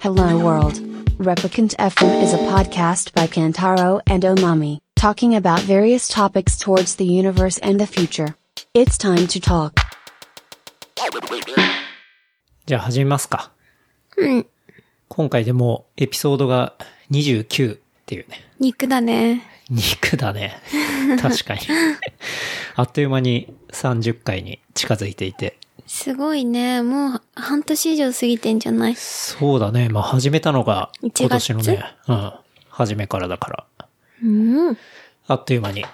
Hello World. Replicant FM is a podcast by Kantaro and Omami, talking about various topics towards the universe and the future. It's time to talk. じゃあ始めますか。うん。今回でもうエピソードが29っていうね。肉だね。肉だ ね。確かに。あっという間に30回に近づいていて。すごいね。もう半年以上過ぎてんじゃないそうだね。まあ始めたのが1月今年のね。うん。初めからだから。うん。あっという間に。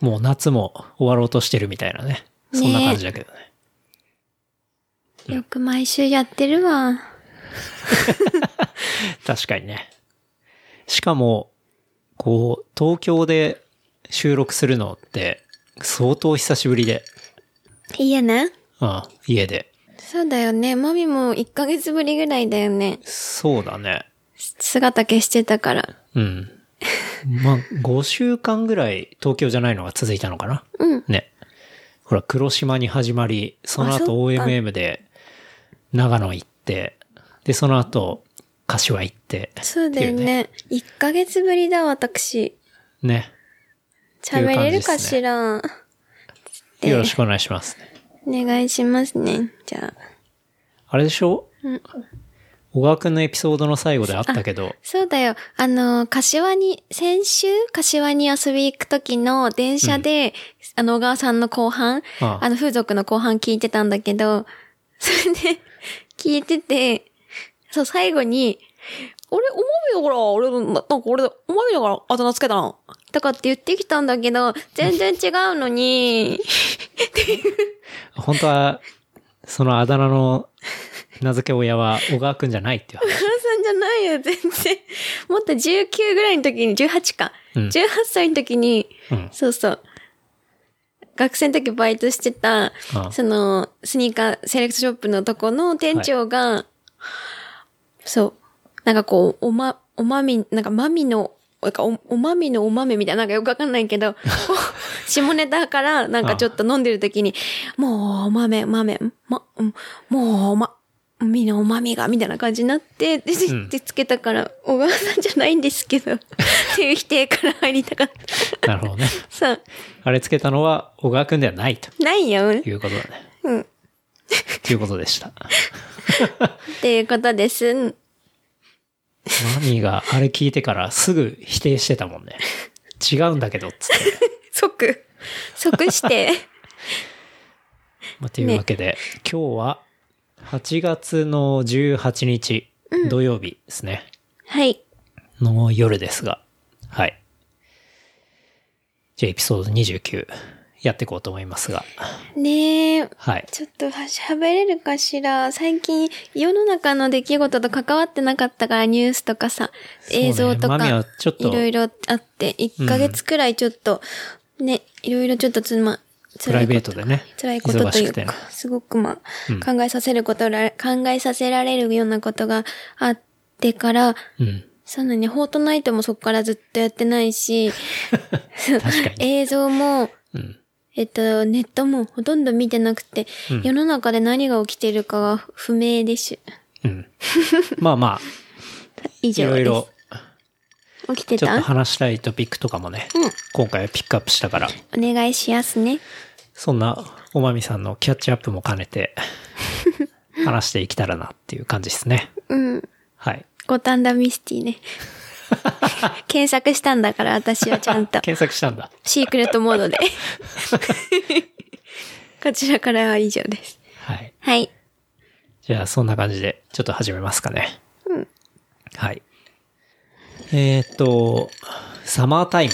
もう夏も終わろうとしてるみたいなね。そんな感じだけどね。よく毎週やってるわ。確かにね。しかも、こう、東京で収録するのって相当久しぶりで、いいよね。うん、家で。そうだよね。マミも1ヶ月ぶりぐらいだよね。そうだね。姿消してたから。うん。まあ、5週間ぐらい東京じゃないのが続いたのかな。うん。ね。ほら、黒島に始まり、そのあそっ後か OMM で長野行って、で、その後、柏行って。そうだよっていね。一1ヶ月ぶりだ、私。うね。喋れるかしら。ね。よろしくお願いします。お願いしますね。じゃあ。あれでしょうん小川くんのエピソードの最後であったけど、そうだよ。あの、柏に、先週、柏に遊び行く時の電車で、あの、小川さんの後半、あああの、風俗の後半聞いてたんだけど、 それで、聞いてて、そう、最後に、俺、おまみだから、俺、ななんか俺、おまみだから、あだ名つけたな。とかって言ってきたんだけど、全然違うのに、本当は、そのあだ名の名付け親は小川くんじゃないっていう話。 小川さんじゃないよ、全然。もっと19ぐらいの時に、18か。うん18歳の時に、うん。そうそう。学生の時バイトしてた、あその、スニーカー、セレクトショップのとこの店長が、そう、なんかこう、おま、おまみ、なんかまみの、なんかおおまみのおまめみたいな、なんかよくわかんないけど、 こう下ネタから、なんかちょっと飲んでる時に、もうおまめ、おまめ、ま、うんもうおま、みのおまみが、みたいな感じになって、で、でうんでつけたから、小川さんじゃないんです けど、っていう否定から入りたかった。なるほどね。そう。あれ付けたのは小川くんではないとないよ。っいうことだね。うんということでした。ていうことです。マミーがあれ聞いてからすぐ否定してたもんね。違うんだけど、つ って。即、即して。まあ、というわけで、今日は8月の18日、土曜日ですね。はい。の夜ですが。はい。じゃあエピソード29やっていこうと思いますが。ねえ、はい。ちょっとは喋れるかしら。最近、世の中の出来事と関わってなかったから、ニュースとかさ、映像そとうねマミはか、ちょっといろいろあって、1ヶ月くらいちょっと、ね、いろいろちょっとつま、プライベートトでね。辛いこととい忙しくうてねか、すごくまあ、うん考えさせることら、考えさせられるようなことがあってから、うん。そうだね、フォートナイトもそっからずっとやってないし、確かに。映像も、うん。えっと、ネットもほとんど見てなくて、うん世の中で何が起きてるかが不明です。 うん。まあまあ、以い上ろでいす。ろ、起きてちょったと話したいトピックとかもね、今回はピックアップしたから、お願いしますね。そんなおまみさんのキャッチアップも兼ね て、話していけたらなっていう感じですね。うん。はい。五反田ミステ ィね。検索したんだから、私はちゃ んと。検索したんだ。シークレットモードで。 こちらからは以上です。はい。はい。じゃあ、そんな感じで、ちょっと始めますかね。はい。えーっと、サマータイ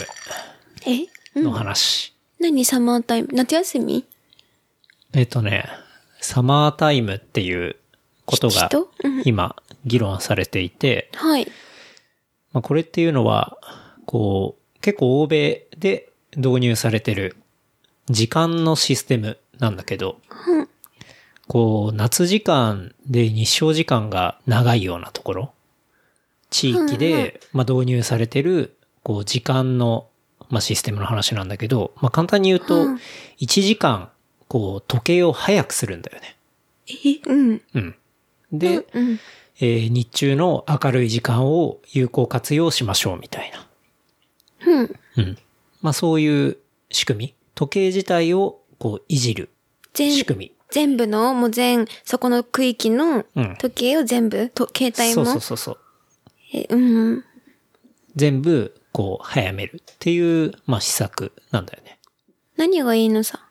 えムの話。何サマータイム夏休みえーっとね、サマータイムっていうことが人うん今議論されていて、はい。まあ、これっていうのは、こう、結構欧米で導入されてる時間のシステムなんだけど、うんこう、夏時間で日照時間が長いようなところ、地域うんうんで、まあ、導入されてる、こう、時間の、まあ、システムの話なんだけど、まあ、簡単に言うとうん、 1時間、こう、時計を早くするんだよね。えうん。うん。で、うん。えー日中の明るい時間を有効活用しましょうみたいな。うん。うん。まあそういう仕組み。時計自体をこういじる全仕組全部の、もう全、そこの区域のうん時計を全部、と携み。帯そうも。そうそうそう。えうん。全部こう早めるっていう、まあ施策なんだよね。何がいいのさ。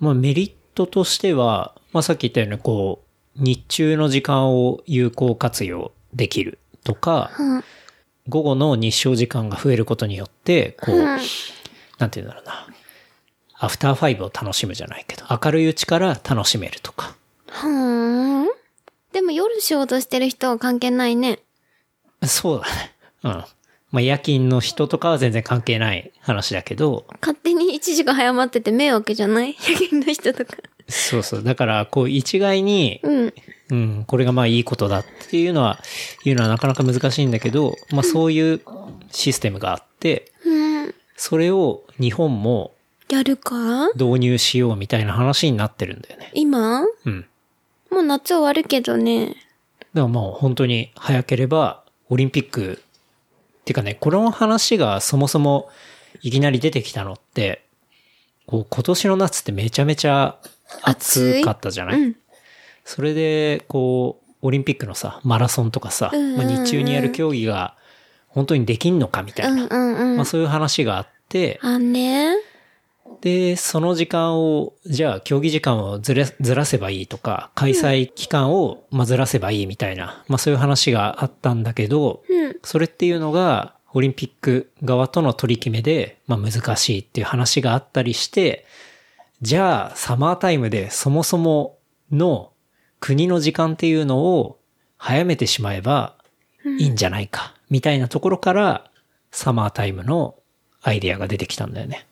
まあメリットとしては、まあさっき言ったようにこう、日中の時間を有効活用できるとか、うん。午後の日照時間が増えることによって、こう、うんなんて言うんだろうな。アフターファイブを楽しむじゃないけど、明るいうちから楽しめるとか。はーん。でも夜仕事してる人は関係ないね。そうだね。うん。まあ夜勤の人とかは全然関係ない話だけど、勝手に一時が早まってて迷惑じゃない 夜勤の人とか。そうそう。だから、こう一概に、うん。うん、これがまあいいことだっていうのは、言うのはなかなか難しいんだけど、まあそういうシステムがあって、うん。それを日本もやるか導入しようみたいな話になってるんだよね。今うん。もう夏終わるけどね。だからもう本当に早ければオリンピック、っていうかね、この話がそもそもいきなり出てきたのって、こう今年の夏ってめちゃめちゃ暑かったじゃない、うん。それで、こう、オリンピックのさ、マラソンとかさ、うんうんまうあ、ん日中にやる競技が本当にできんのかみたういな、んうんうまあ、ん。そういう話があって、あね。で、その時間を、じゃあ競技時間をずれずらせばいいとか、開催期間をまあずらせばいいみたいな、まあそういう話があったんだけど、うん。それっていうのが、オリンピック側との取り決めで、まあ難しいっていう話があったりして、じゃあ、サマータイムでそもそもの国の時間っていうのを早めてしまえばいいんじゃないか、みたいなところから、サマータイムのアイデアが出てきたんだよね。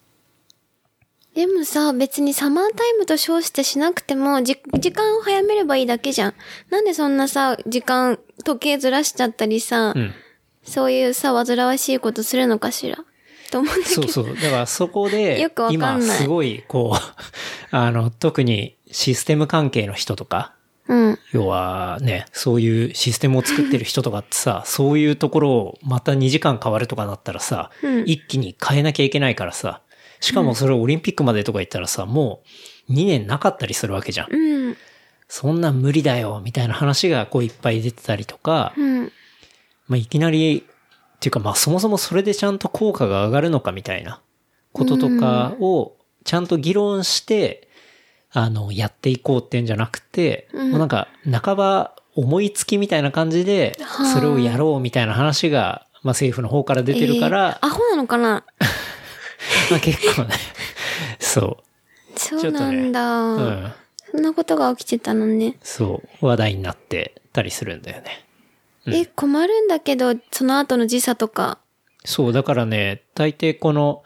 でもさ、別にサマータイムと称してしなくても、じ、時間を早めればいいだけじゃん。なんでそんなさ、時間、時計ずらしちゃったりさ、うん。そういうさ、煩わしいことするのかしら。と思うんだけそうど。そう。だからそこで よくわ、かんない今すごい、こう、 あの、特にシステム関係の人とか、うん。要はね、そういうシステムを作ってる人とかってさ、 そういうところをまた2時間変わるとかなったらさ、うん一気に変えなきゃいけないからさ、しかもそれをオリンピックまでとか言ったらさ、もう2年なかったりするわけじゃん。うん。そんなん無理だよ、みたいな話がこういっぱい出てたりとか、うん。まあ、いきなり、っていうかまあそもそもそれでちゃんと効果が上がるのかみたいなこととかをちゃんと議論して、あの、やっていこうってんじゃなくて、うんもうなんか半ば思いつきみたいな感じではあ、それをやろうみたいな話が、まあ政府の方から出てるからえー、アホなのかなまあ結構ね、そそうなんだ、う、うん、そんなことが起きてたのね。そう、話題になってたりするんだよね。うんえ、困るんだけど、その後の時差とか。そう、だからね、大抵この、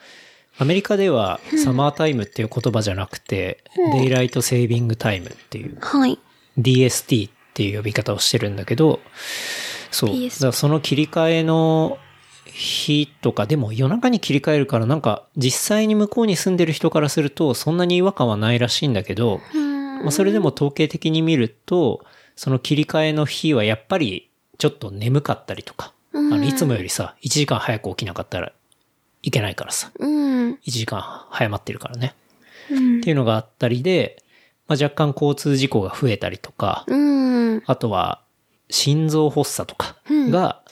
アメリカではサマータイムっていう言葉じゃなくて、デイライトセービングタイムっていう、はい。 DST っていう呼び方をしてるんだけど、そう。だ DST からその切り替えの日とか、でも夜中に切り替えるからなんか実際に向こうに住んでる人からするとそんなに違和感はないらしいんだけど、うん。まあ、それでも統計的に見ると、その切り替えの日はやっぱりちょっと眠かったりとか、あうの、んいつもよりさ、1時間早く起きなかったらいけないからさ、うん。 1時間早まってるからね。うんっていうのがあったりで、まあ、若干交通事故が増えたりとか、うん。あとは心臓発作とかが、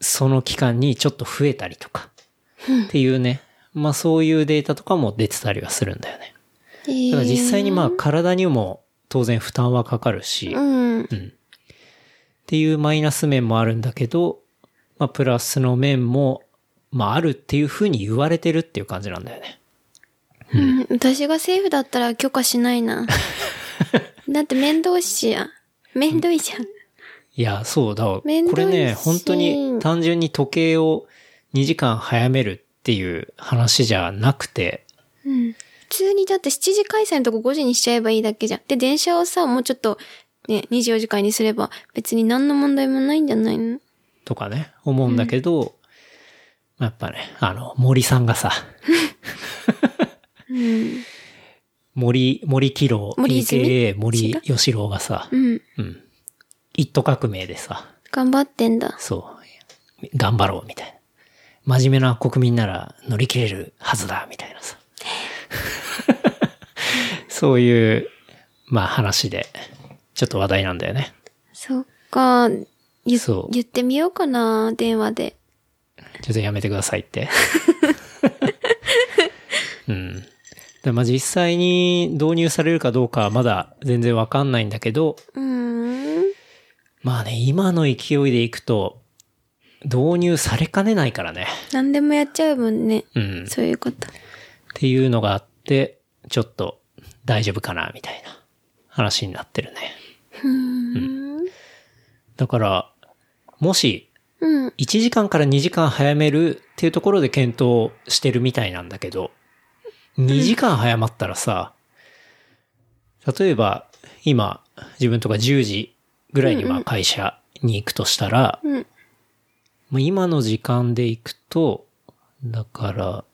その期間にちょっと増えたりとか、っていうね、まあそういうデータとかも出てたりはするんだよね。えだからー、実際にまあ体にも当然負担はかかるし、っうん。ていうマイナス面もあるんだけど、まあプラスの面も、まああるっていうふうに言われてるっていう感じなんだよね。うん私が政府だったら許可しない な。だって面倒しや。面倒いじゃん。いや、そうだわ。こ面倒いれしね、本当に単純に時計を2時間早めるっていう話じゃなくて、うん。普通にだって7時開催のとこ5時にしちゃえばいいだけじゃん。で、電車をさ、もうちょっと、ね、24時間にすれば別に何の問題もないんじゃないのとかね、思うんだけど、まあやっぱね、あの、森さんがさ、うん。森、森喜朗、森泉 AKA 森吉郎がさ、うん。うん。一都革命でさ、頑張ってんだ。そう、頑張ろうみたいな。真面目な国民なら乗り切れるはずだみたいなさ。そういう、まあ話で、ちょっと話題なんだよね。そっか。言そう言ってみようかな、電話で。ちょっとやめてくださいって。うん。でまあ実際に導入されるかどうかはまだ全然わかんないんだけど、うーん。まあね、今の勢いでいくと、導入されかねないからね。何でもやっちゃうもんね。うん。そういうこと。っていうのがあって、ちょっと大丈夫かな、みたいな話になってるね。うーん。だから、もし、うん。 1時間から2時間早めるっていうところで検討してるみたいなんだけど、2時間早まったらさ、例えば、今、自分とか10時ぐらいには会社に行くとしたら、うん。もう今の時間で行くと、だから、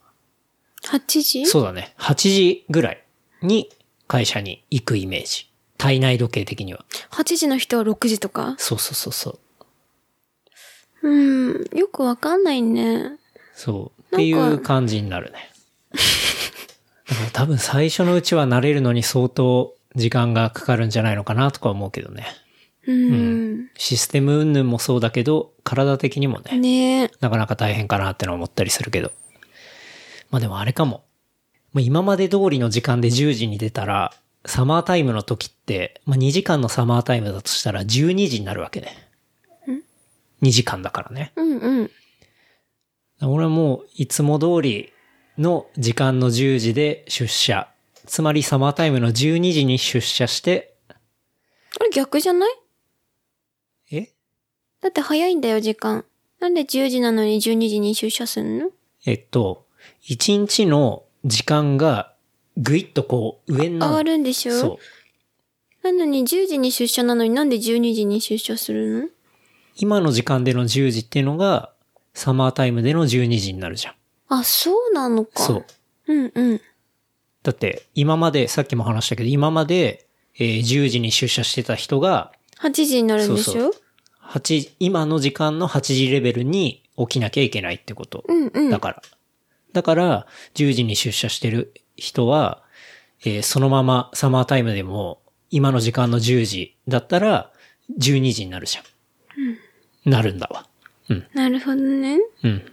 8時そうだね。8時ぐらいに会社に行くイメージ。体内時計的には。 ?8 時の人は6時とかそうそうそうそう。うん。よくわかんないね。そう。っていなんうか感じにな るね。だから多分最初のうちは慣れるのに相当時間がかかるんじゃないのかなとか思うけどね。うん。システム云々もそうだけど、体的にもね、ねえ。なかなか大変かなってのは思ったりするけど。まあでもあれかも。まあ今まで通りの時間で10時に出たら、サマータイムの時って、まあ2時間のサマータイムだとしたら12時になるわけね。2時間だからね。うんうん。俺はもういつも通りの時間の10時で出社。つまりサマータイムの12時に出社して、これ逆じゃないえだって早いんだよ、時間。なんで10時なのに12時に出社すんのえっと、1日の時間がぐいっとこう上に上ながる。るんでしょそう。なのに10時に出社なのになんで12時に出社するの今の時間での10時っていうのが、サマータイムでの12時になるじゃん。あ、そうなのか。そう。。うんうん。だって、今まで、さっきも話したけど、今まで、えー10時に出社してた人が、 8時になるんでしょそう8、今の時間の8時レベルに起きなきゃいけないってこと。うんうん。だから。だから、10時に出社してる人は、えーそのままサマータイムでも、今の時間の10時だったら、12時になるじゃん。なるんだわ。うん。なるほどね。うん。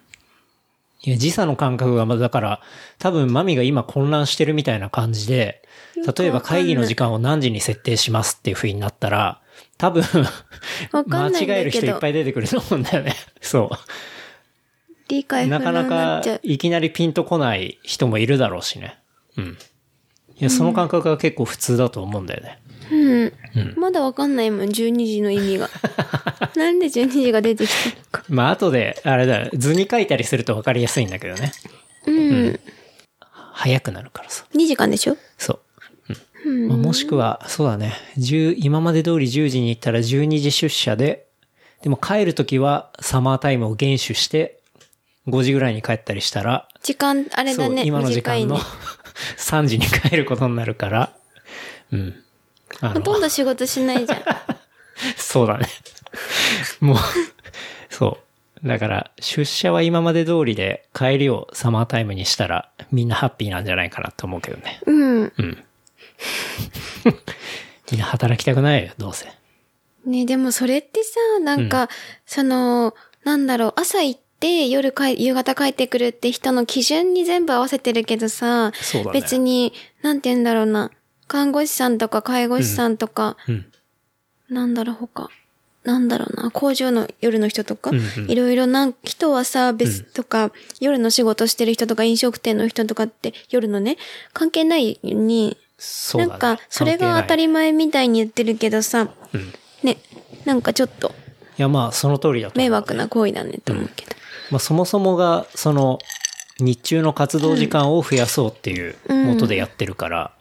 いや、時差の感覚が、まあだから、多分マミが今混乱してるみたいな感じで、例えば会議の時間を何時に設定しますっていう風になったら、多分、わか間んな違いんえだるけ人いっどぱ、い出てくると思うんだよ ね。そう。理解不な能かなになかっちゃう。いきなりピンとこない人もいるだろうしね。うん。いや、その感覚が結構普通だと思うんだよね。うん。まだわかんないもん、12時の意 味が。なんで12時が出てきたのか。まあ、後で、あれだよ、図に書いたりすると分かりやすいんだけどね。うん。早くなるからさ。 2時間でしょそう。うんまあもしくは、そうだね。10今まで通り10時に行ったら12時出社で、でも帰るときはサマータイムを厳守して、5時ぐらいに帰ったりしたら、時間、あれだそう、ね。今の時短い間のね。 3時に帰ることになるから、うん。あほのとんど仕事しないじゃん。そうだね。 もう、そう。だから、出社は今まで通りで、帰りをサマータイムにしたら、みんなハッピーなんじゃないかなと思うけどね。うん。 うん。みんな働きたくないよ、どうせ。ね、でもそれってさ、なんか、その、なんだろう、朝行って夜帰、夕方帰ってくるって人の基準に全部合わせてるけどさ、そうだね。別に、なんて言うんだろうな、看護師さんとか介護士さんとか、うん。なんだろう他、なんだろうな、工場の夜の人とか、うんうんいろいろな人はさ、別うんとか、夜の仕事してる人とか飲食店の人とかって夜のね、関係ないのに、そうだなね。んか、それが当たり前みたいに言ってるけどさ、関係ない。うん。いね、なんかちょっと、や、まあ、その通りだと思う迷惑な行為だねと思うけど。まあ、そもそもが、その、日中の活動時間を増やそうっていう元でやってるから、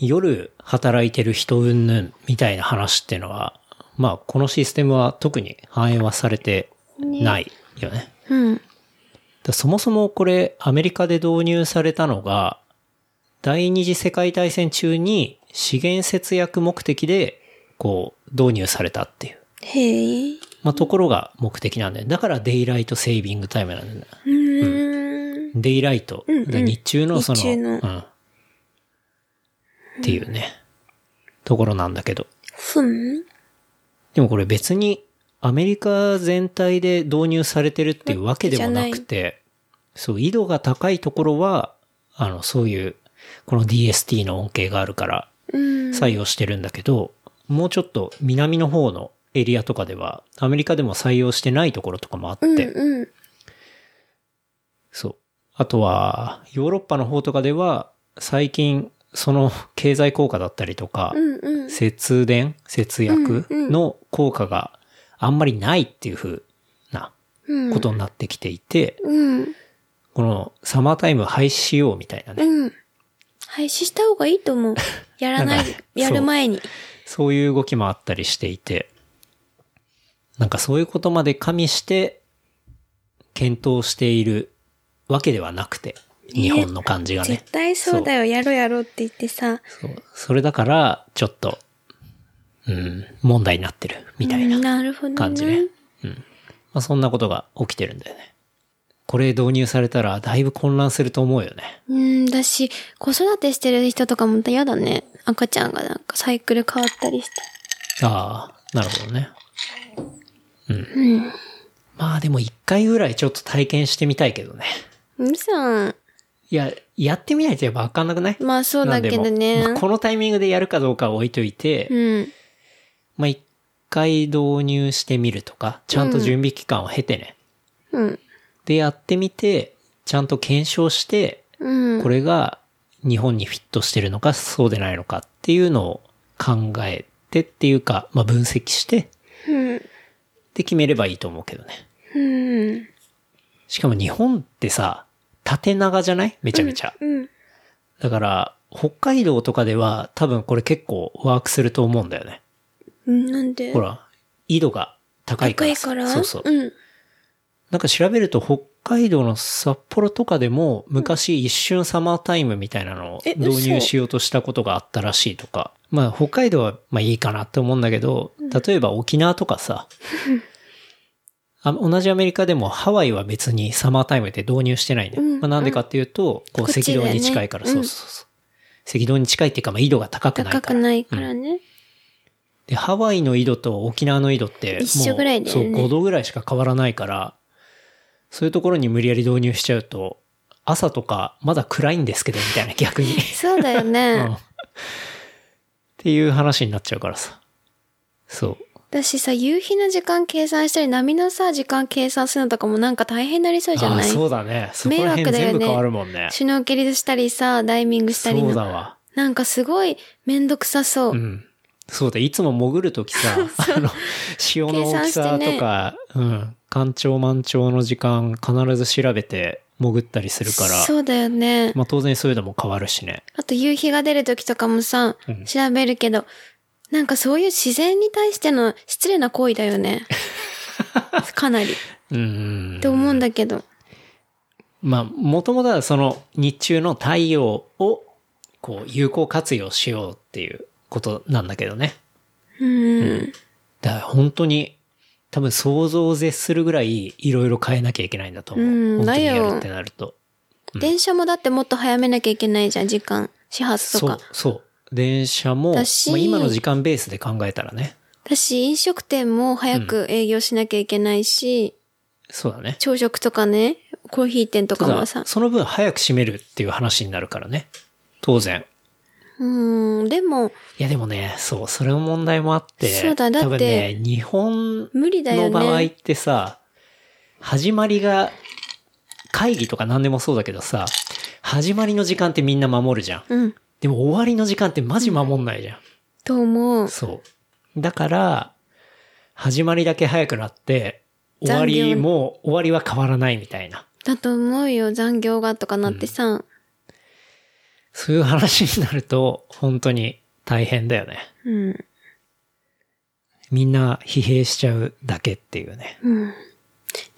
夜働いてる人云々みたいな話っていうのは、まあ、このシステムは特に反映はされてないよね。うん。だそもそもこれ、アメリカで導入されたのが、第二次世界大戦中に資源節約目的でこう、導入されたっていう、へえ。まあ、ところが目的なんだよ。だから、デイライトセービングタイムなんだよね。うーん。デイライト。うんうんだから日中のその、日中のうん。っていうね、ところなんだけど。ふん。でもこれ別にアメリカ全体で導入されてるっていうわけでもなくて、そう、緯度が高いところは、あの、そういう、この DST の恩恵があるからうん。採用してるんだけど、もうちょっと南の方のエリアとかでは、アメリカでも採用してないところとかもあって、うんうん。そう。あとは、ヨーロッパの方とかでは、最近、その経済効果だったりとか、うんうん。節電、節約うんうんの効果があんまりないっていう風なうん。ことになってきていて、うん。このサマータイム廃止しようみたいなね、うん。廃止した方がいい と思う。やらないなんか、やる前に。そういう動きもあったりしていて、なんかそういうことまで加味して、検討しているわけではなくて、日本の感じがね絶。対そうだよ、やろうやろうって言ってさ。そうそれだから、ちょっと、うん、問題になってるみたいなうんなるほど、ね。感じね。うん。まあ、そんなことが起きてるんだよね。これ導入されたらだいぶ混乱すると思うよね。うん、だし、子育てしてる人とかも嫌だね。赤ちゃんがなんかサイクル変わったりして。ああ、なるほどね。うん。まあでも一回ぐらいちょっと体験してみたいけどね。うんさん。いや、やってみないとやっぱわかんなくないまあそうだけどなんねで。もまあこのタイミングでやるかどうかは置いといて、うん。まあ一回導入してみるとか、ちゃんと準備期間を経てね。うん。で、やってみて、ちゃんと検証して、うん。これが日本にフィットしてるのかそうでないのかっていうのを考えてっていうか、まあ、分析して、うん。で決めればいいと思うけどね。うん。しかも日本ってさ、縦長じゃないめちゃめちゃ。うん。だから、北海道とかでは多分これ結構ワークすると思うんだよね。うんなんでほら、緯度が高いか高らいさ。からそうそう。うん。なんか調べると北海道の札幌とかでも昔一瞬サマータイムみたいなのをえ導入嘘しようとしたことがあったらしいとか。まあ北海道はまあいいかなって思うんだけど、例えば沖縄とかさ、 あ同じアメリカでもハワイは別にサマータイムって導入してないんだよ。うんまあなんでかっていうと、こうこっ赤ちだよ道ねに近いから、うんそうそうそう。赤道に近いっていうか、まあ緯度が高くないから。高くないからね。で、ハワイの緯度と沖縄の緯度って、一緒もうぐらいだよねそう、5度ぐらいしか変わらないから、そういうところに無理やり導入しちゃうと、朝とかまだ暗いんですけど、みたいな逆 に。そうだよ うんねっ。ていう話になっちゃうからさ。そう。だしさ、夕日の時間計算したり、波のさ、時間計算するのとかもなんか大変になりそうじゃああないそうだね。そこら辺迷惑だよね全部変わるもんね。シュノーケリングしたりさ、ダイビングしたりそうだの。わ。なんかすごいめんどくさそうう。ん。そうだ、いつも潜るとき さ、あの、潮の大きさとか、うん、干潮満潮の時間必ず調べて潜ったりするから、そうだよね。まあ当然そういうのも変わるしね。あと夕日が出る時とかもさ、調べるけど、なんかそういう自然に対しての失礼な行為だ よね。かなり。っうんて。思うんだけど。まあもともとはその日中の太陽をこう有効活用しようっていうことなんだけどね。うん。だから本当に多分想像を絶するぐらいいろいろ変えなきゃいけないんだと思う。うん本当にだやよるってなると。電車もだってもっと早めなきゃいけないじゃん、時間。始発とそうか。、そう。電車も、まあだし今の時間ベースで考えたらね。だし、飲食店も早く営業しなきゃいけないし、そうだね。朝食とかね、コーヒー店とかたもださ、。その分早く閉めるっていう話になるからね。当然。うん、でも、いやでもね、そう、それの問題もあって、そうだだって多分ね、日本無理だよのね場合ってさ、始まりが、会議とか何でもそうだけどさ、始まりの時間ってみんな守るじゃん。うん、でも終わりの時間ってマジ守んないじゃん。と思う。そう。だから、始まりだけ早くなって、終わ残り業も、終わりは変わらないみたいな。だと思うよ、残業がとかなってさ。そういう話になると、本当に大変だよね。うん、みんな疲弊しちゃうだけっていうね。うん。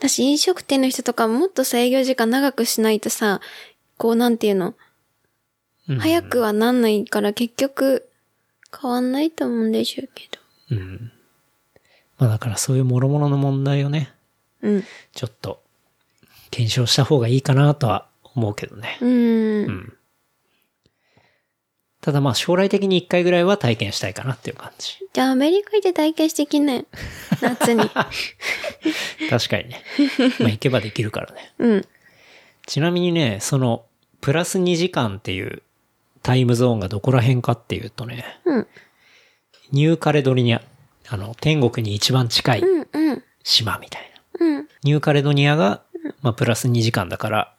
だし、飲食店の人とかもっとさ、営業時間長くしないとさ、こう、なんていうの、うん早くはなんないから結局、変わんないと思うんでしょうけど。うん。まあだからそういう諸々の問題をね、うん。ちょっと検証した方がいいかなとは思うけどね。うん。ただまあ将来的に一回ぐらいは体験したいかなっていう感じ。じゃあ、アメリカ行って体験して きね。夏に。確かにね。まあ行けばできるからね。うん。ちなみにね、その、プラス2時間っていうタイムゾーンがどこら辺かっていうとね、うん。ニューカレドリニア、あの、天国に一番近いうん。うん。島みたいな。うん。ニューカレドニアが、まあ、プラス2時間だから、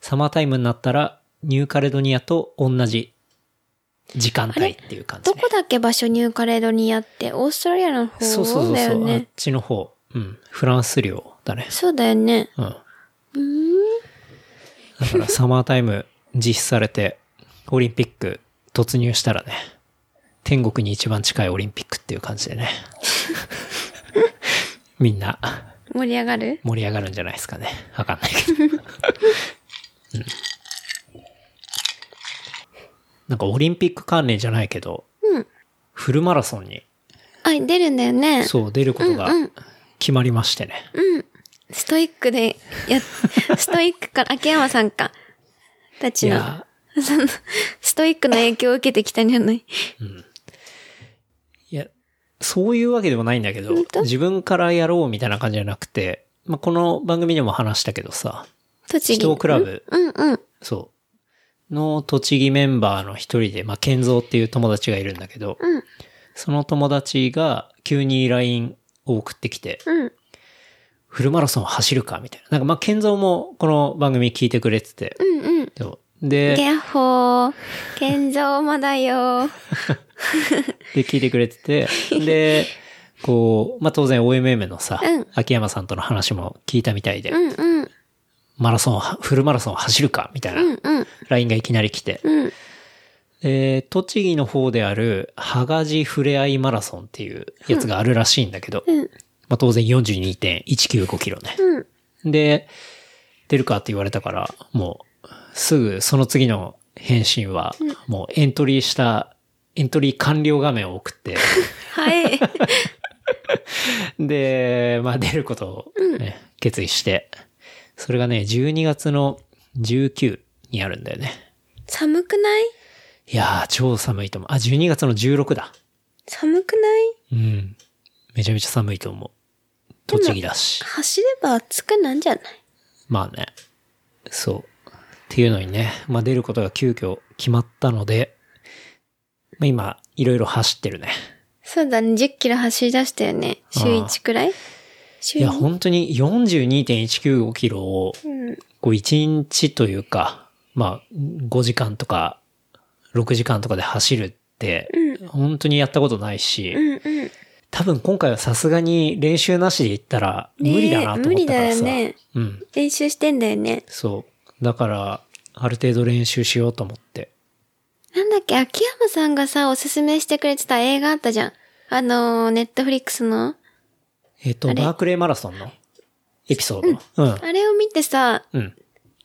サマータイムになったら、ニューカレドニアと同じ時間帯っていう感じどねこ。だっけ場所ニューカレドニアって、オーストラリアの方だよね。そうそうそうそう、あっちの方。うん。フランス領だね。そうだよね。うん。だからサマータイム実施されて、オリンピック突入したらね、天国に一番近いオリンピックっていう感じ でね。みんな盛り上がる盛り上がるんじゃないですかね。わかんないけど。うんなんかオリンピック関連じゃないけど、うんフルマラソンに、あ、出るんだよね。そう、出ることがうんうん決まりましてね。ストイックで、や、 ストイックから、秋山さんか。たちいの、や、その、ストイックの影響を受けてきたんじゃないいや、そういうわけでもないんだけど本当、自分からやろうみたいな感じじゃなくて、まあ、この番組でも話したけどさ、栃秘木。湯クラブ、うんうん。そう、の栃木メンバーの一人で、まあ、健三っていう友達がいるんだけど、うんその友達が急に LINE を送ってきて、うん。フルマラソン走るかみたいな。なんかまあ、健三もこの番組聞いてくれてて、うんうん。そうでギ、ャッホー。健三まだよ。で、聞いてくれてて、で、こう、まあ、当然 OMM のさ、うん秋山さんとの話も聞いたみたいで、うんうん。マラソン、フルマラソン走るかみたいうんなうん。ラインがいきなり来て、うん。で栃木の方である、羽賀地ふれあいマラソンっていうやつがあるらしいんだけど、うん。まあ、当然42.195キロね。うん。で、出るかって言われたから、もう、すぐその次の返信は、もうエントリーした、エントリー完了画面を送って、 はい。で、まあ出ることを、ね、決意して、それがね、12月の19にあるんだよね。寒くないいやー、超寒いと思う。あ、12月の16だ。寒くないうん。めちゃめちゃ寒いと思う。栃木だし。走れば暑くなんじゃないまあね。そう。っていうのにね、まあ出ることが急遽決まったので、まあ今、いろいろ走ってるね。そうだね。10キロ走り出したよね。週1くらい週いや、 2。本当に42.195キロを、うん。こう1日というか、まあ5時間とか6時間とかで走るって、本当にやったことないし、うんうん。多分今回はさすがに練習なしで行ったらねえ無理だなと思ったからさ。無理だよねうん。練習してんだよね。そう。だから、ある程度練習しようと思って。なんだっけ、秋山さんがさ、おすすめしてくれてた映画あったじゃん。あのー、ネットフリックスの。えっ、と、あれバークレーマラソンのエピソード。うん。うん。あれを見てさ、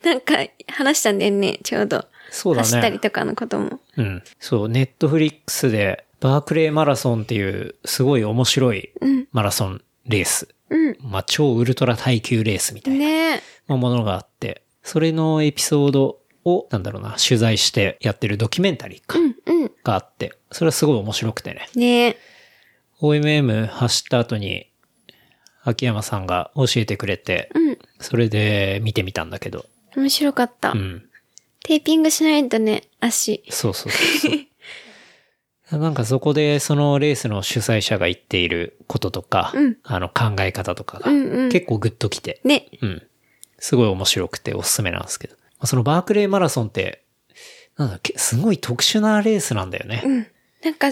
なんか話したんだよね、ちょうど。そうだ走ったりね。とかのことも。うん。そう、ネットフリックスで、バークレーマラソンっていう、すごい面白いうんマラソンレース。うん。まあ、超ウルトラ耐久レースみたいなねえ。まあものがあって、それのエピソードを、なんだろうな、取材してやってるドキュメンタリーか、うんうん。があって、それはすごい面白くてね。ねえ。 OMM 走った後に、秋山さんが教えてくれて、うん。それで見てみたんだけど。面白かった。うん。テーピングしないとね、足。そうそうそう そう。なんかそこでそのレースの主催者が言っていることとか、うんあの考え方とかがうんうん結構グッときて、ね。うん。すごい面白くておすすめなんですけど。まあそのバークレーマラソンって、なんだっけ、すごい特殊なレースなんだよね。うん。なんか、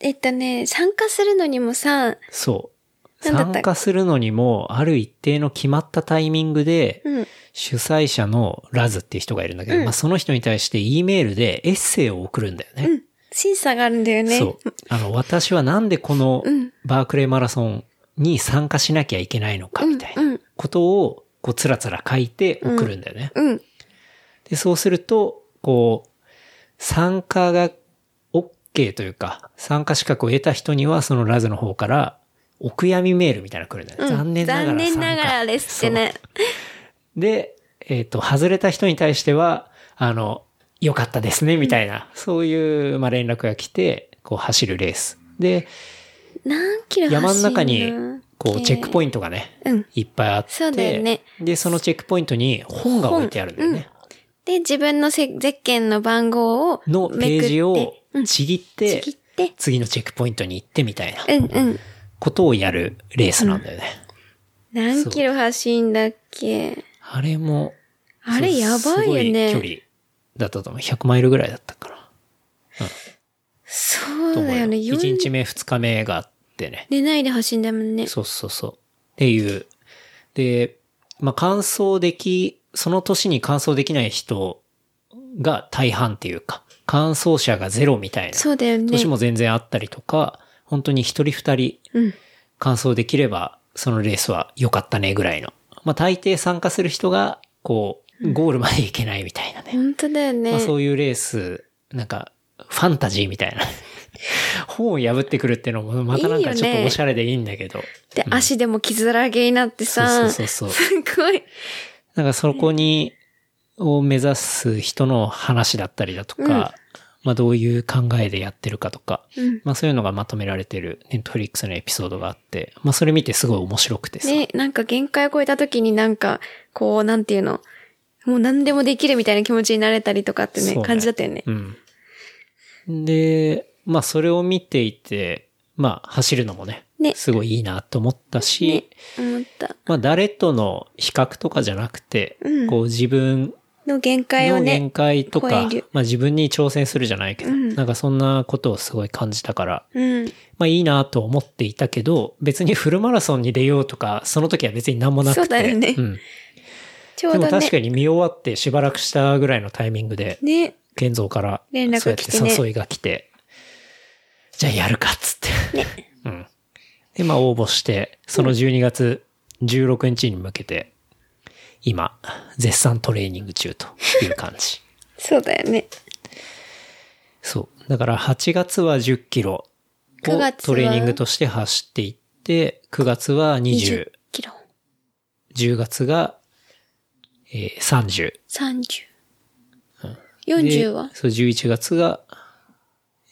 えっとね、参加するのにもさ、そう。なんだったっけ参加するのにも、ある一定の決まったタイミングで、うん。主催者のラズっていう人がいるんだけど、うんまあその人に対して E メールでエッセイを送るんだよね。うん。審査があるんだよね。そう。あの、私はなんでこのうんバークレーマラソンに参加しなきゃいけないのかみたいうんうなんことを、こう、つらつら書いて送るんだよね。うん。で、そうすると、こう、参加が OK NHK というか、参加資格を得た人には、そのラズの方から、お悔やみメールみたいなの来るんだよね。残念ながら参加。残念ながらですってね。で、えっ、と、外れた人に対しては、あの、良かったですね、みたいな、そういう、まあ、連絡が来て、こう走るレース。で、何キロ走る山の中に、こう、チェックポイインントがね、ト。うん。いっぱいあって、そうだよねで、そのチェックポイントに本が置いてあるんだよね。で、自分のせゼッケンの番号をのページめをくってうんちぎっちて、ぎって、次のチェックポイントに行ってみたいなうんうん。ことをやるレースなんだよね。何キロ走んだっけあれも、あれやばいよすねご。い距離だったと思う。100マイルぐらいだったかな。そうと思うだよ。よね。 1夜日目、2日目があってね。寝ないで走んだもんね。そうそうそう。っていう。で、まあ、完走でき、その年に完走できない人が大半っていうか、完走者がゼロみたいなそうだよね年。も全然あったりとか、本当に一人二人うん。完走できれば、そのレースは良かったねぐらいの。まあ、大抵参加する人が、こう、ゴールまで行けないみたいなね。本当だよね。まあ、そういうレース、なんか、ファンタジーみたいな。 本を破ってくるっていうのも、またなんかちょいっいよとねおしゃれでいいんだけど。で、足でも傷だらけになってそうさ、そうそうそう。すごい。なんかそこに、を目指す人の話だったりだとか、うんまあどういう考えでやってるかとか、うん。まあそういうのがまとめられてるネットフリックスのエピソードがあって、まあそれ見てすごい面白くてさ。ね、なんか限界を超えた時になんか、こう、なんていうの、もう何でもできるみたいな気持ちになれたりとかってそね、うね感じだったよね。うん。で、まあそれを見ていて、まあ走るのもね、ねすごいいいなと思ったし、ね、思った。まあ誰との比較とかじゃなくて、うんこう自分の限界をの限ね、界とか、超えるまあ自分に挑戦するじゃないけど、うんなんかそんなことをすごい感じたから、うん。まあいいなと思っていたけど、別にフルマラソンに出ようとか、その時は別に何もなくて。そうだよねうん。ちょうでどもね、確かに見終わってしばらくしたぐらいのタイミングで、ね、健三から、連絡そうやっが来てねて誘いが来て、じゃあやるかっつって。うん。で、まあ応募して、その12月16日に向けて、今、絶賛トレーニング中という感 じ。そうだよね。そう。だから8月は10キロ9を月はトレーニングとして走っていって、9月は20、キロ、 10月が、えー30。 30。で40はそう、11月が、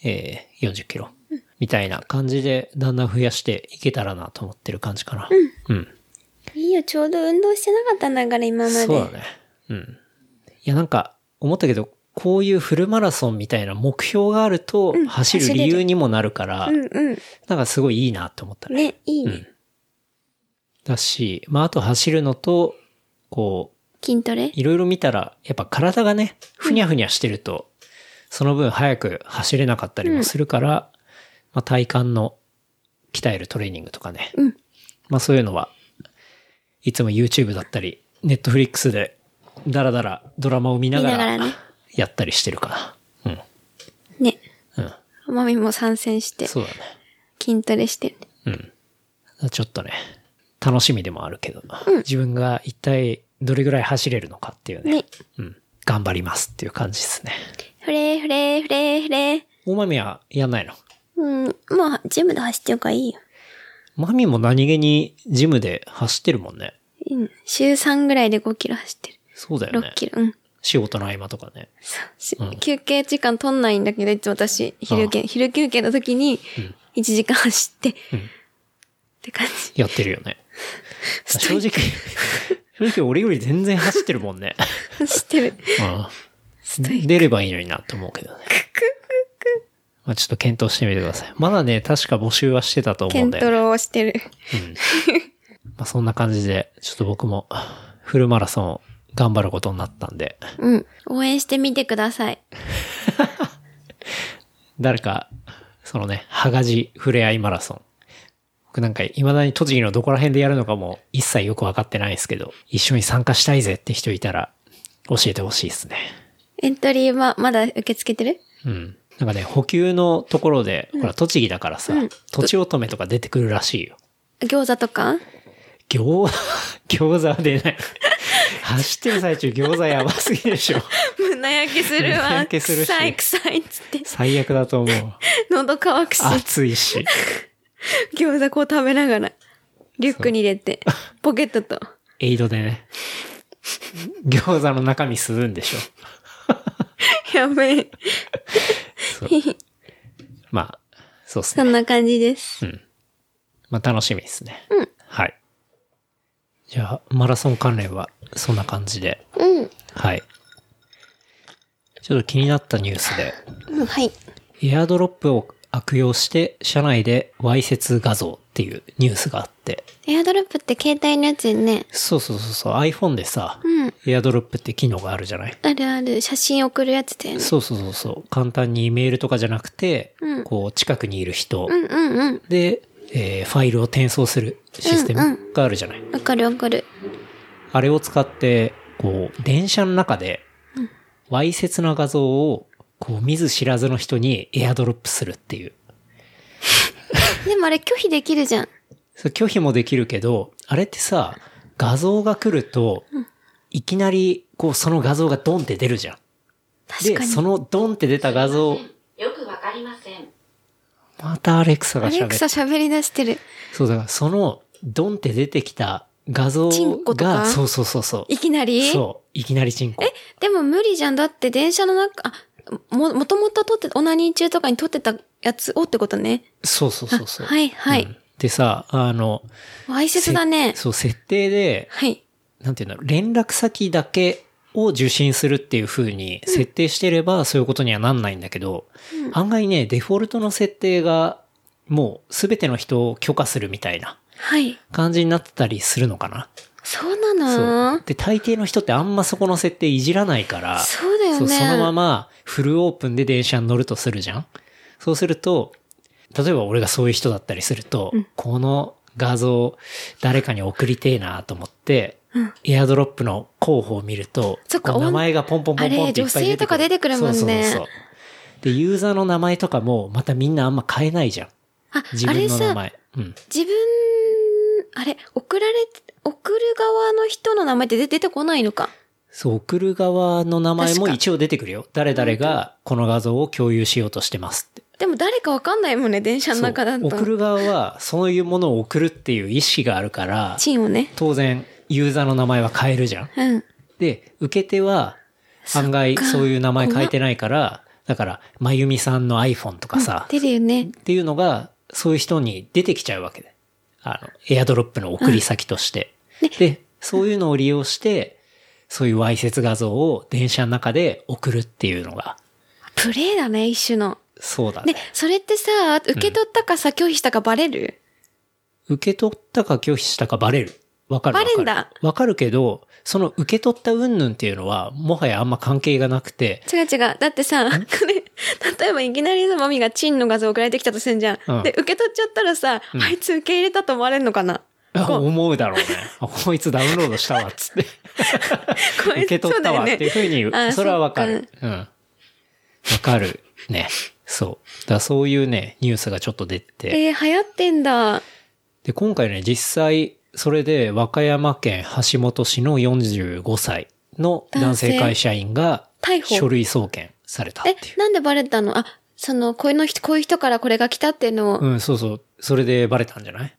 えー40キロ。みたいな感じで、だんだん増やしていけたらなと思ってる感じかな。うん。いいよ、ちょうど運動してなかったんだから、今まで。そうだね。うん。いや、なんか、思ったけど、こういうフルマラソンみたいな目標があると、走る理由にもなるから、うんうん。なんかすごいいいなと思ったね。ね、いいね。だし、まあ、あと走るのと、こう、筋トレいろいろ見たら、やっぱ体がね、ふにゃふにゃしてると、その分早く走れなかったりもするから、まあ、体幹の鍛えるトレーニングとかね。うんまあそういうのは、いつも YouTube だったり、Netflix で、だらだらドラマを見なが見ながららね、やったりしてるかな。ね。うん。うマミも参戦してん。、そうだね。筋トレしてるね。ちょっとね、楽しみでもあるけど、自分が一体どれぐらい走れるのかっていうね。ねうん。頑張りますっていう感じですね。フレーフレーフレーフレー。大豆はやんないのうん、まあ、ジムで走ってるからいいよ。マミも何気にジムで走ってるもんね。うん。週3ぐらいで5キロ走ってる。そうだよね6。キロ。うん。仕事の合間とかね。そうし休憩時間取んないんだけど、いつも私、昼休昼休憩の時に、1時間走って、って感じ。やってるよ ね。正直、正直俺より全然走ってるもん ね。走ってる。うん。出ればいいのになと思うけどね。まあちょっと検討してみてください。まだね、確か募集はしてたと思うんだ検よね討をしてる。まあ、そんな感じで、ちょっと僕もフルマラソンを頑張ることになったんで、うん。応援してみてください。誰か、そのね、はがじふれあいマラソン。僕なんか未だに栃木のどこら辺でやるのかも一切よくわかってないんですけど、一緒に参加したいぜって人いたら教えてほしいですね。エントリーはまだ受け付けてるうん。なんかね、補給のところで、ほら、栃木だからさ、とちおとめとか出てくるらしいよ。餃子とか 餃子、餃子は出ない。走ってる最中餃子やばすぎでしょ。 胸焼けするわ。胸焼けするし 臭い臭いっつ って。最悪だと思う。喉乾くし、暑いし。餃子こう食べながら、リュックに入れて、ポケットと。エイドでね。餃子の中身するんでしょ。やべえ。そうまあ、そうですそね。んな感じです。まあ楽しみですね。はい。じゃあ、マラソン関連はそんな感じで。うん。はい。ちょっと気になったニュースで、うん、はい。エアドロップを悪用して車内でわいせつ画像っていうニュースがあって、エアドロップって携帯のやつよね。そうそうそうそう、iPhone でさ、うん。エアドロップって機能があるじゃないあるある。写真送るやつだよね。そうそうそうそう、簡単にメールとかじゃなくて、うんこう近くにいる人うんうんうん。で、えーファイルを転送するシステうんムがあるじゃない、わかるわかる。あれを使って、こう、電車の中で、わいせつな画像を、こう、見ず知らずの人にエアドロップするっていう。でもあれ拒否できるじゃん。それ拒否もできるけど、あれってさ、画像が来ると、いきなり、こう、その画像がドンって出るじゃん。確で、かに。そのドンって出た画像、よくわかりません。またアレクサがアレ喋クるサ。喋り出してる。そうだから、その、ドンって出てきた画像チンコとが、かそうそうそうそう。いきなりそう。いきなりチンコ。でも無理じゃん。だって電車の中、あ、も、もともと撮って、オナニー中とかに撮ってたやつをってことね。そうそうそうそう。あはいはいうんでさ、あの、わいせつだねせ。そう、設定で、はい。なんていうんだろう、連絡先だけを受信するっていう風に設定してれば、そういうことにはなんないんだけど、案外ね、デフォルトの設定が、もうすべての人を許可するみたいなはい。感じになってたりするのかな。そうなそのう。で、大抵の人ってあんまそこの設定いじらないから、そうだよそうね。そのままフルオープンで電車に乗るとするじゃんそうすると、例えば俺がそういう人だったりすると、この画像誰かに送りてえなと思って、エアドロップの候補を見ると、そっかこう名前がポンポンポンポンっていっぱい出てくる。あれ女性とか出てくるもんねそうそうそうそう。で、ユーザーの名前とかもまたみんなあんま変えないじゃん。あ、自あ分れの名さ、前。うん。自分、あれ、送られ、送る側の人の名前って出出てこないのか。そう、送る側の名前も確か一応出てくるよ。誰々がこの画像を共有しようとしてますって。でも誰かわかんないもんね、電車の中だと。そう送る側はそういうものを送るっていう意識があるから、チンをね。当然ユーザーの名前は変えるじゃん。うん。で、受け手は案外そういう名前変えてないから、だから、まゆみさんの iPhone とかさ、出るよね。っていうのがそういう人に出てきちゃうわけで。あの、エアドロップの送り先として。で、そういうのを利用して、そういうわいせつ画像を電車の中で送るっていうのが、プレイだね、一種の。そうだねで、。それってさ、受け取ったかさ、拒否したかバレる受け取ったか拒否したかバレる。わかるわかる。バレんだわかるけど、その受け取った云々っていうのは、もはやあんま関係がなくて、違う違う。だってさ、これ、例えばいきなりさ、マミがチンの画像送られてきたとするじゃん。うんで、受け取っちゃったらさ、あいつ受け入れたと思われるのかなあこ思うだろ うね。あこいつダウンロードしたわ、つって。こいつ受け取ったわ、っていうふうに、あそれはわかそっる。うん。わかる。ね。そう。だからそういうね、ニュースがちょっと出て。えー、流行ってんだ。で、今回ね、実際、それで和歌山県橋本市の45歳の男性会社員が男性逮捕書類送検されたっていえう。、なんでバレたのあ、その、こういうの人、こういう人からこれが来たっていうのを、うん、そうそう。それでバレたんじゃない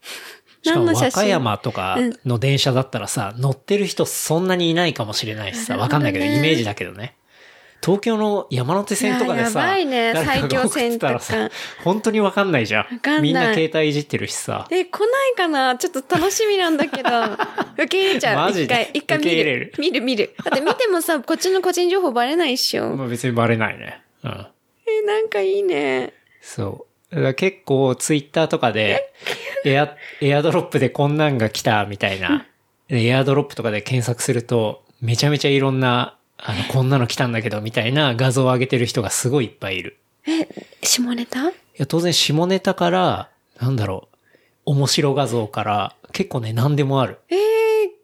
しか 何もの写真和歌山とかうんの電車だったらさ、乗ってる人そんなにいないかもしれないし さ、わかんないけど、なるほイどねメージだけどね。東京の山手線とかでさ、いややばいね誰かが送ってたら最強さ線と、本当にわかんないじゃん。かんないみんな携帯いじってるしさ。え、来ないかなちょっと楽しみなんだ けど。受け入れちゃう。マジ一回で、一回見受け入るれる見る見る。だって見てもさ、こっちの個人情報バレないっしょ。まあ別にバレないね。うん。え、なんかいいね。そう。だから結構ツイッターとかで、エア、エアドロップでこんなんが来たみたいな、でエアドロップとかで検索すると、めちゃめちゃいろんな、あの、こんなの来たんだけどみたいな画像を上げてる人がすごいいっぱいいる。下ネタいや、当然下ネタから、なんだろう、面白画像から、結構ね、何でもある。えー、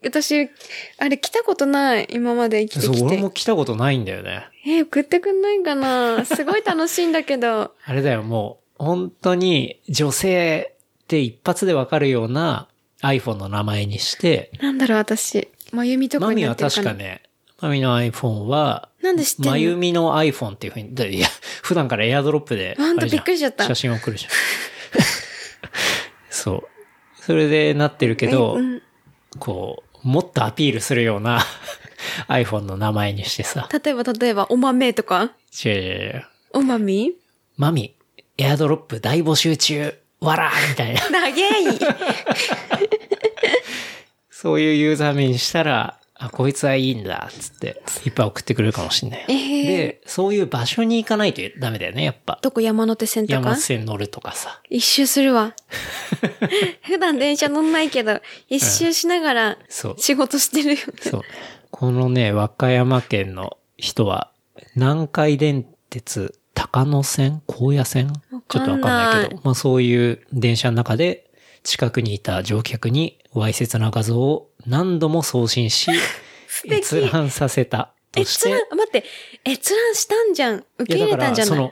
私、あれ来たことない。今まで生きてそう、き俺ても。来たことないんだよね。えー、送ってくんないかなすごい楽しいんだけ ど。あれだよ、もう、本当に女性って一発でわかるような iPhone の名前にして、なんだろう、私。まゆみとかマにミなはってるか確な。かね、マミの iPhone は、なんで知ってんのまゆみの iPhone っていうふうに、だいや、 普段からエアドロップで、ほんとあれじゃびっくりしちゃった写真送るじゃん。 そう。それでなってるけど、うんこう、もっとアピールするような iPhone の名前にしてさ、例えば、例えば、お豆とか、違う違う違うおまみマミ、エアドロップ大募集中、わらーみたいな。 長いそういうユーザー名にしたら、あ、こいつはいいんだ、つって、いっぱい送ってくれるかもしんない。ええで、そういう場所に行かないとダメだよね、やっぱ。どこ山手線と山か手線乗るとかさ。一周す るわ。普段電車乗んないけど、一周しながらそう仕事してるよね。そう。このね、和歌山県の人は、南海電鉄、高野線高野線ちょっとわかんないけど、まあそういう電車の中で、近くにいた乗客に、わいせつな画像を何度も送信 し、敵閲覧させたとし閲て、覧、待って、閲覧したんじゃん。受け入れたんじゃいやだからそないの、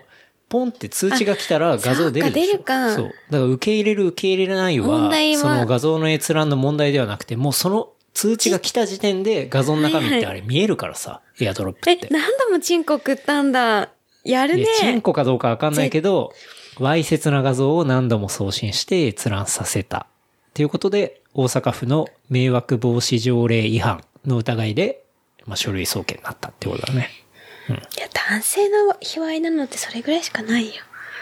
ポンって通知が来たら画像出るでしょ。そうか出るかそう。だから受け入れる受け入れない問は、題はその画像の閲覧の問題ではなくて、もうその通知が来た時点で画像の中身ってあれ見えるからさ、エアドロップっえて、。何度もチンコ食ったんだ。やるいねや、。チンコかどうかわかんないけど、わいせつな画像を何度も送信して閲覧させた。ということで、大阪府の迷惑防止条例違反の疑いで、まあ、書類送検になったってことだね。いや、男性の卑猥なのってそれぐらいしかないよ。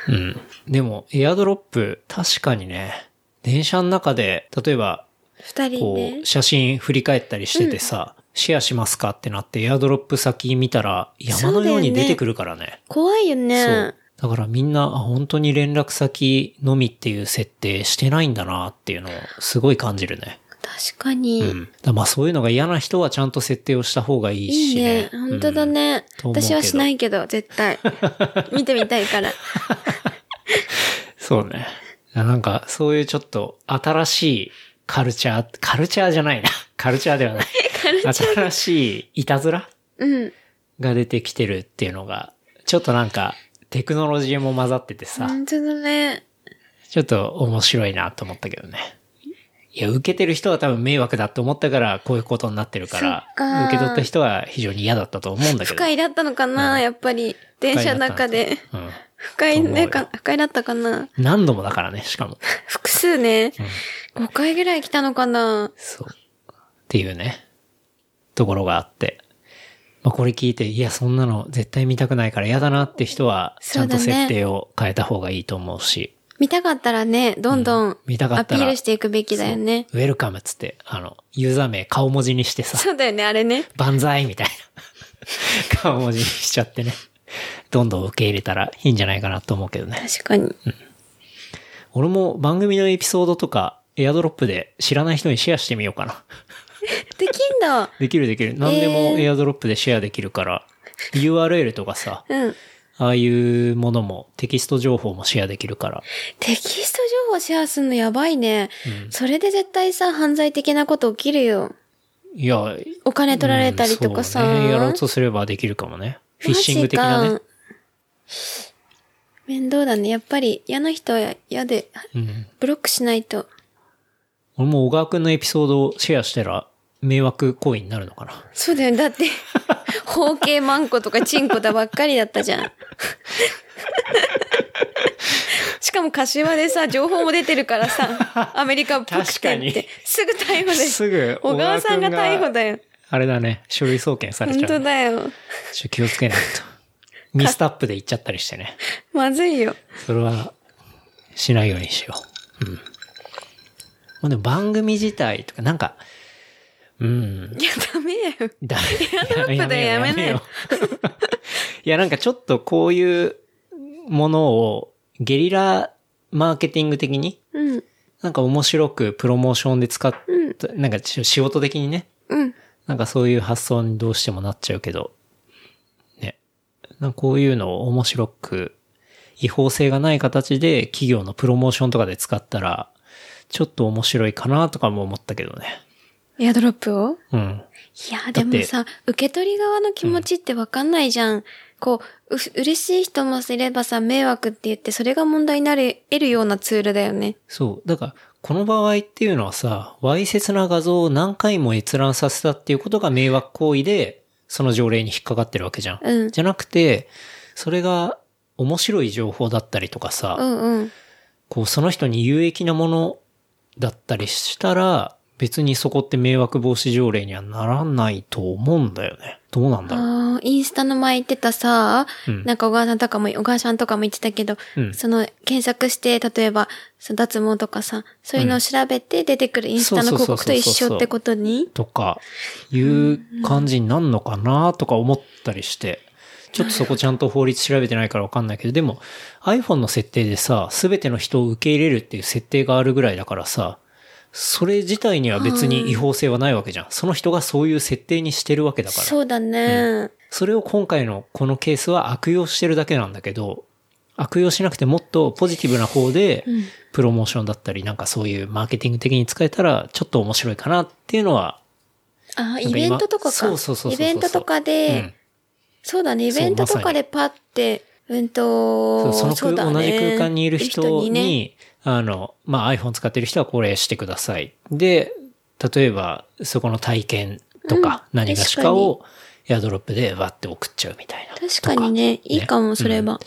うん。でも、エアドロップ、確かにね、電車の中で、例えば、二人こねう、。写真振り返ったりしててさ、シェアしますかってなって、エアドロップ先見たら、山のように出てくるからね。怖いよそう,、ね。だからみんな、あ本当に連絡先のみっていう設定してないんだなっていうのを、すごい感じるね。確かうに。ん。だからまあそういうのが嫌な人はちゃんと設定をした方がいいいいしね。ね。本当だうんね。と思うけど私はしないけど、絶 対。見てみたいから。そうね。なんか、そういうちょっと新しいカルチャー、カルチャーじゃないな。 カルチャーではない。新しいいたずらうん。が出てきてるっていうのが、ちょっとなんか、テクノロジーも混ざっててさ、本当だね。ちょっと面白いなと思ったけどね。いや、受けてる人は多分迷惑だと思ったから、こういうことになってるから、そっか受け取った人は非常に嫌だったと思うんだけ不ど。快だったのかなやっぱり。電車の中で。うん。不快ねと思うか、不快だったかな何度もだからね、しかも。複数ね。5回ぐらい来たのかなそう。っていうね、ところがあって。まあ、これ聞いて、いや、そんなの絶対見たくないから嫌だなって人は、ちそゃうんだとね設定を変えた方がいいと思うし、見たかったらね、どんどん見たかアったピらールしていくべきだよね。ウェルカムっつって、あの、ユーザー名顔文字にしてさ、そうだよね、あれね。万歳みたいな 顔文字にしちゃってね、どんどん受け入れたらいいんじゃないかなと思うけどね。確かに。俺も番組のエピソードとか、エアドロップで知らない人にシェアしてみようかな。できんだ。できるできる。何でもエアドロップでシェアできるから、URL とかさ、うん。ああいうものもテキスト情報もシェアできるから。テキスト情報シェアするのやばいね。それで絶対さ、犯罪的なこと起きるよ。いや、お金取られたりとかさ。うんそうねやろうとすればできるかもね。フィッシング的なマねジ。か面倒だね。やっぱり嫌な人は嫌で、うん。ブロックしないと。俺も小川くんのエピソードをシェアしたら迷惑行為になるのかな。そうだよね。だ って、包茎マンコとかチンコだばっかりだったじ ゃん。しかも柏でさ、情報も出てるか らさ、アメリカっぽく確かてっにて。すぐ逮捕だよ。すぐ小川さんが小川君逮が捕だよ。あれだね。書類送検され本ちゃう当ね。だよ。ちょっと気をつけないと。ミスタップで行っちゃったりしてね。まずいよ。それはしないようにしよう。うん。まあでも番組自体とかなんか、うん。いや、ダメだよ。だめろやめろやめろ。 いや、なんかちょっとこういうものをゲリラマーケティング的に、うん。なんか面白くプロモーションで使った、なんかちょ仕事的にね、うん。なんかそういう発想にどうしてもなっちゃうけど、ね。なんかこういうのを面白く、違法性がない形で企業のプロモーションとかで使ったら、ちょっと面白いかなとかも思ったけどね。エアドロップをうん。いや、でもさ、受け取り側の気持ちってわかんないじゃん。こう、う、嬉しい人もいればさ、迷惑って言って、それが問題になる、得るようなツールだよね。そう。だから、この場合っていうのはさ、わいせつな画像を何回も閲覧させたっていうことが迷惑行為で、その条例に引っかかってるわけじゃん。うんじゃなくて、それが面白い情報だったりとかさ、うんうん。こう、その人に有益なものだったりしたら、別にそこって迷惑防止条例にはならないと思うんだよね。どうなんだろう。ああ、インスタの前言ってたさ、うんなんか小川さんとかも、小川さんとかも言ってたけど、うんその検索して、例えば、その脱毛とかさ、そういうのを調べて出てくるインスタの広告と一緒ってことにとか、いう感じになんのかなとか思ったりして、ちょっとそこちゃんと法律調べてないからわかんないけど、でも iPhone の設定でさ、すべての人を受け入れるっていう設定があるぐらいだからさ、それ自体には別に違法性はないわけじゃん。その人がそういう設定にしてるわけだから。そうだね。それを今回のこのケースは悪用してるだけなんだけど、悪用しなくてもっとポジティブな方で、プロモーションだったり、なんかそういうマーケティング的に使えたら、ちょっと面白いかなっていうのは、ああ、なんイか今ベントとかか。そうそうそうそうそうイベントとかうで、ん。そうだね、イベントとかでパって、うんと、そうそそうのだ空ね同じ空間にいる人に、ねあの、まあ、iPhone 使ってる人はこれしてください。で、例えば、そこの体験とか、うん何がしかを、エアドロップでわって送っちゃうみたいな。確かにね、いいかも、それは。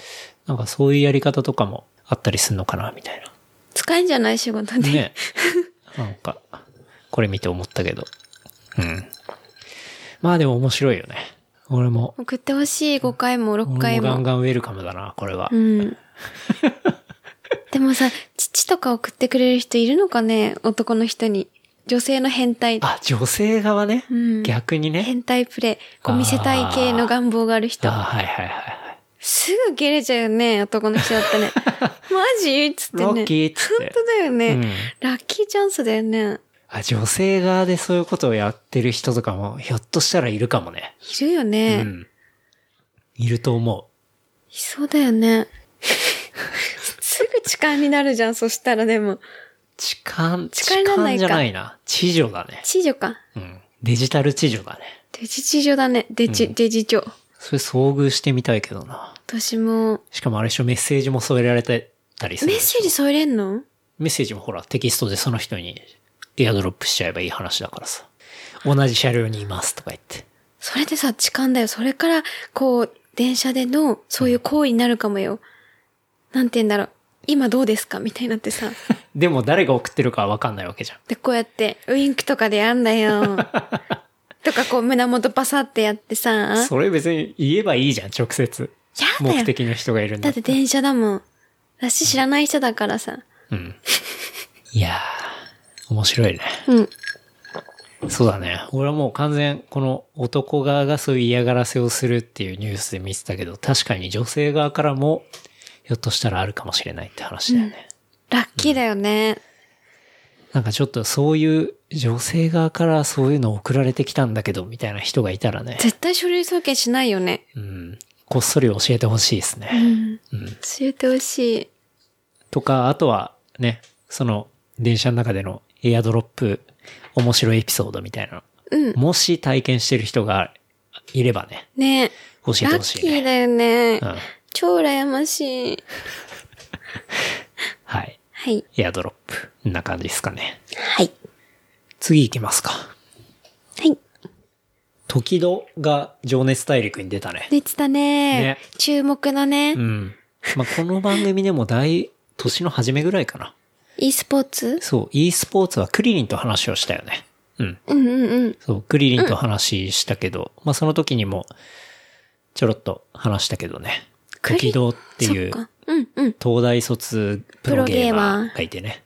なんかそういうやり方とかもあったりするのかな、みたいな。使えんじゃない仕事で。ね。 なんか、これ見て思ったけど。うん。まあでも面白いよね。俺も、送ってほしい、5回も6俺回もガンも。ガンウェルカムだな、これは。うん。 でもさ、父とか送ってくれる人いるのかね男の人に。女性の変態。あ、女性側ね。うん逆にね。変態プレイ。こう見せたい系の願望があるあ人。はいはいはいはい。すぐゲレちゃうよね、男の人だったね。 マジっつってね。ラッキーっつって本当だよね、うんラッキーチャンスだよね。あ、女性側でそういうことをやってる人とかも、ひょっとしたらいるかもね。いるようね。ん。いると思いそうだよね。すぐ痴漢になるじゃん、そしたらでも。う。痴漢、痴痴漢なんな漢いかじゃないな。痴女だね。知女か。うん。デジタル痴女だね。デジ知女だね。デジ、デジ女。それ遭遇してみたいけどな。私も、しかもあれでしょ、メッセージも添えられてたりするメッでしセょ。ージ添えれんのメッセージもほら、テキストでその人にエアドロップしちゃえばいい話だからさ。同じ車両にいますとか言って。それでさ、痴漢だよ。それから、こう、電車での、そういう行為になるかもよ。なんて言うんだろう。今どうですかみたいになってさ。でも誰が送ってるかはわかんないわけじゃん。で、こうやって、ウインクとかでやんだ よ。とか、こう、胸元パサってやってさ。それ別に言えばいいじゃん、直接。やだ目よ。的の人がいるんだだっってて。電車だもん。私知らない人だからさ。うん。いやー、面白いね。うん。そうだね。俺はもう完全、この男側がそういう嫌がらせをするっていうニュースで見てたけど、確かに女性側からも、ひょっとしたらあるかもしれないって話だよね。ラッキーだよね。なんかちょっとそういう女性側からそういうの送られてきたんだけどみたいな人がいたらね、絶対書類送検しないよね。うん、こっそり教えてほしいですね。教えてほしい。とか、あとはね、その電車の中でのエアドロップ面白いエピソードみたいなの、うもし体験してる人がいればね、ね教えてラッほしいキーね。だよね。うん、超羨ましい。はい。はい。エアドロップ。んな感じですかね。はい。次行きますか。はい。時戸が情熱大陸に出たね。出てたねね注目のね、うん。まあ、この番組でも大、年の初めぐらいかな。 e スポーツそう、e スポーツはクリリンと話をしたよね。うん。うんうんうん。そう、クリリンと話したけど、まあその時にも、ちょろっと話したけどね。クリ時堂ってそいっう、か。うんうん。東大卒プロゲーマーがいてね。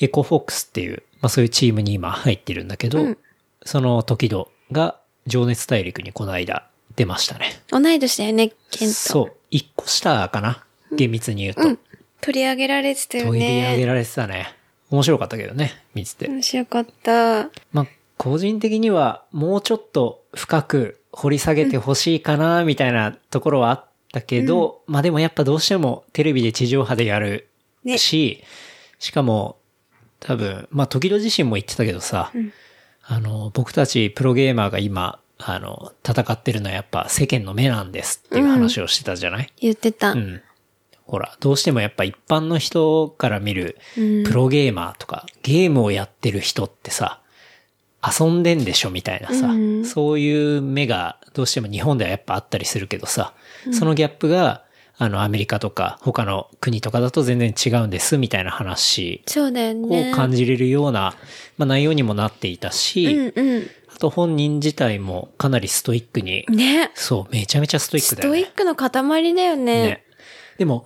エコフォックスっていう、まあそういうチームに今入ってるんだけど、うんその時堂が情熱大陸にこの間出ましたね。同い年だよね、ケント。そう、一個下かな。厳密に言うと。取り上げられてたよ取り上げね。られてたね。面白かったけどね、見てて。面白かった。まあ、個人的にはもうちょっと深く掘り下げてほしいかな、みたいなところはあったけど、まあでもやっぱどうしてもテレビで地上波でやるねし、しかも多分、まあ時々自身も言ってたけどさ、あの、僕たちプロゲーマーが今、あの、戦ってるのはやっぱ世間の目なんですっていう話をしてたじゃない、言ってた。うん。ほら、どうしてもやっぱ一般の人から見る、プロゲーマーとか、ゲームをやってる人ってさ、遊んでんでしょみたいなさ、うんそういう目がどうしても日本ではやっぱあったりするけどさ、そのギャップが、あの、アメリカとか他の国とかだと全然違うんですみたいな話そうだよね。を感じれるような、まあ、内容にもなっていたし、うんうあと本人自体もかなりストイックに、ん。ね。そう、めちゃめちゃストイックスだよトね。イックの塊だよね。ね。でも、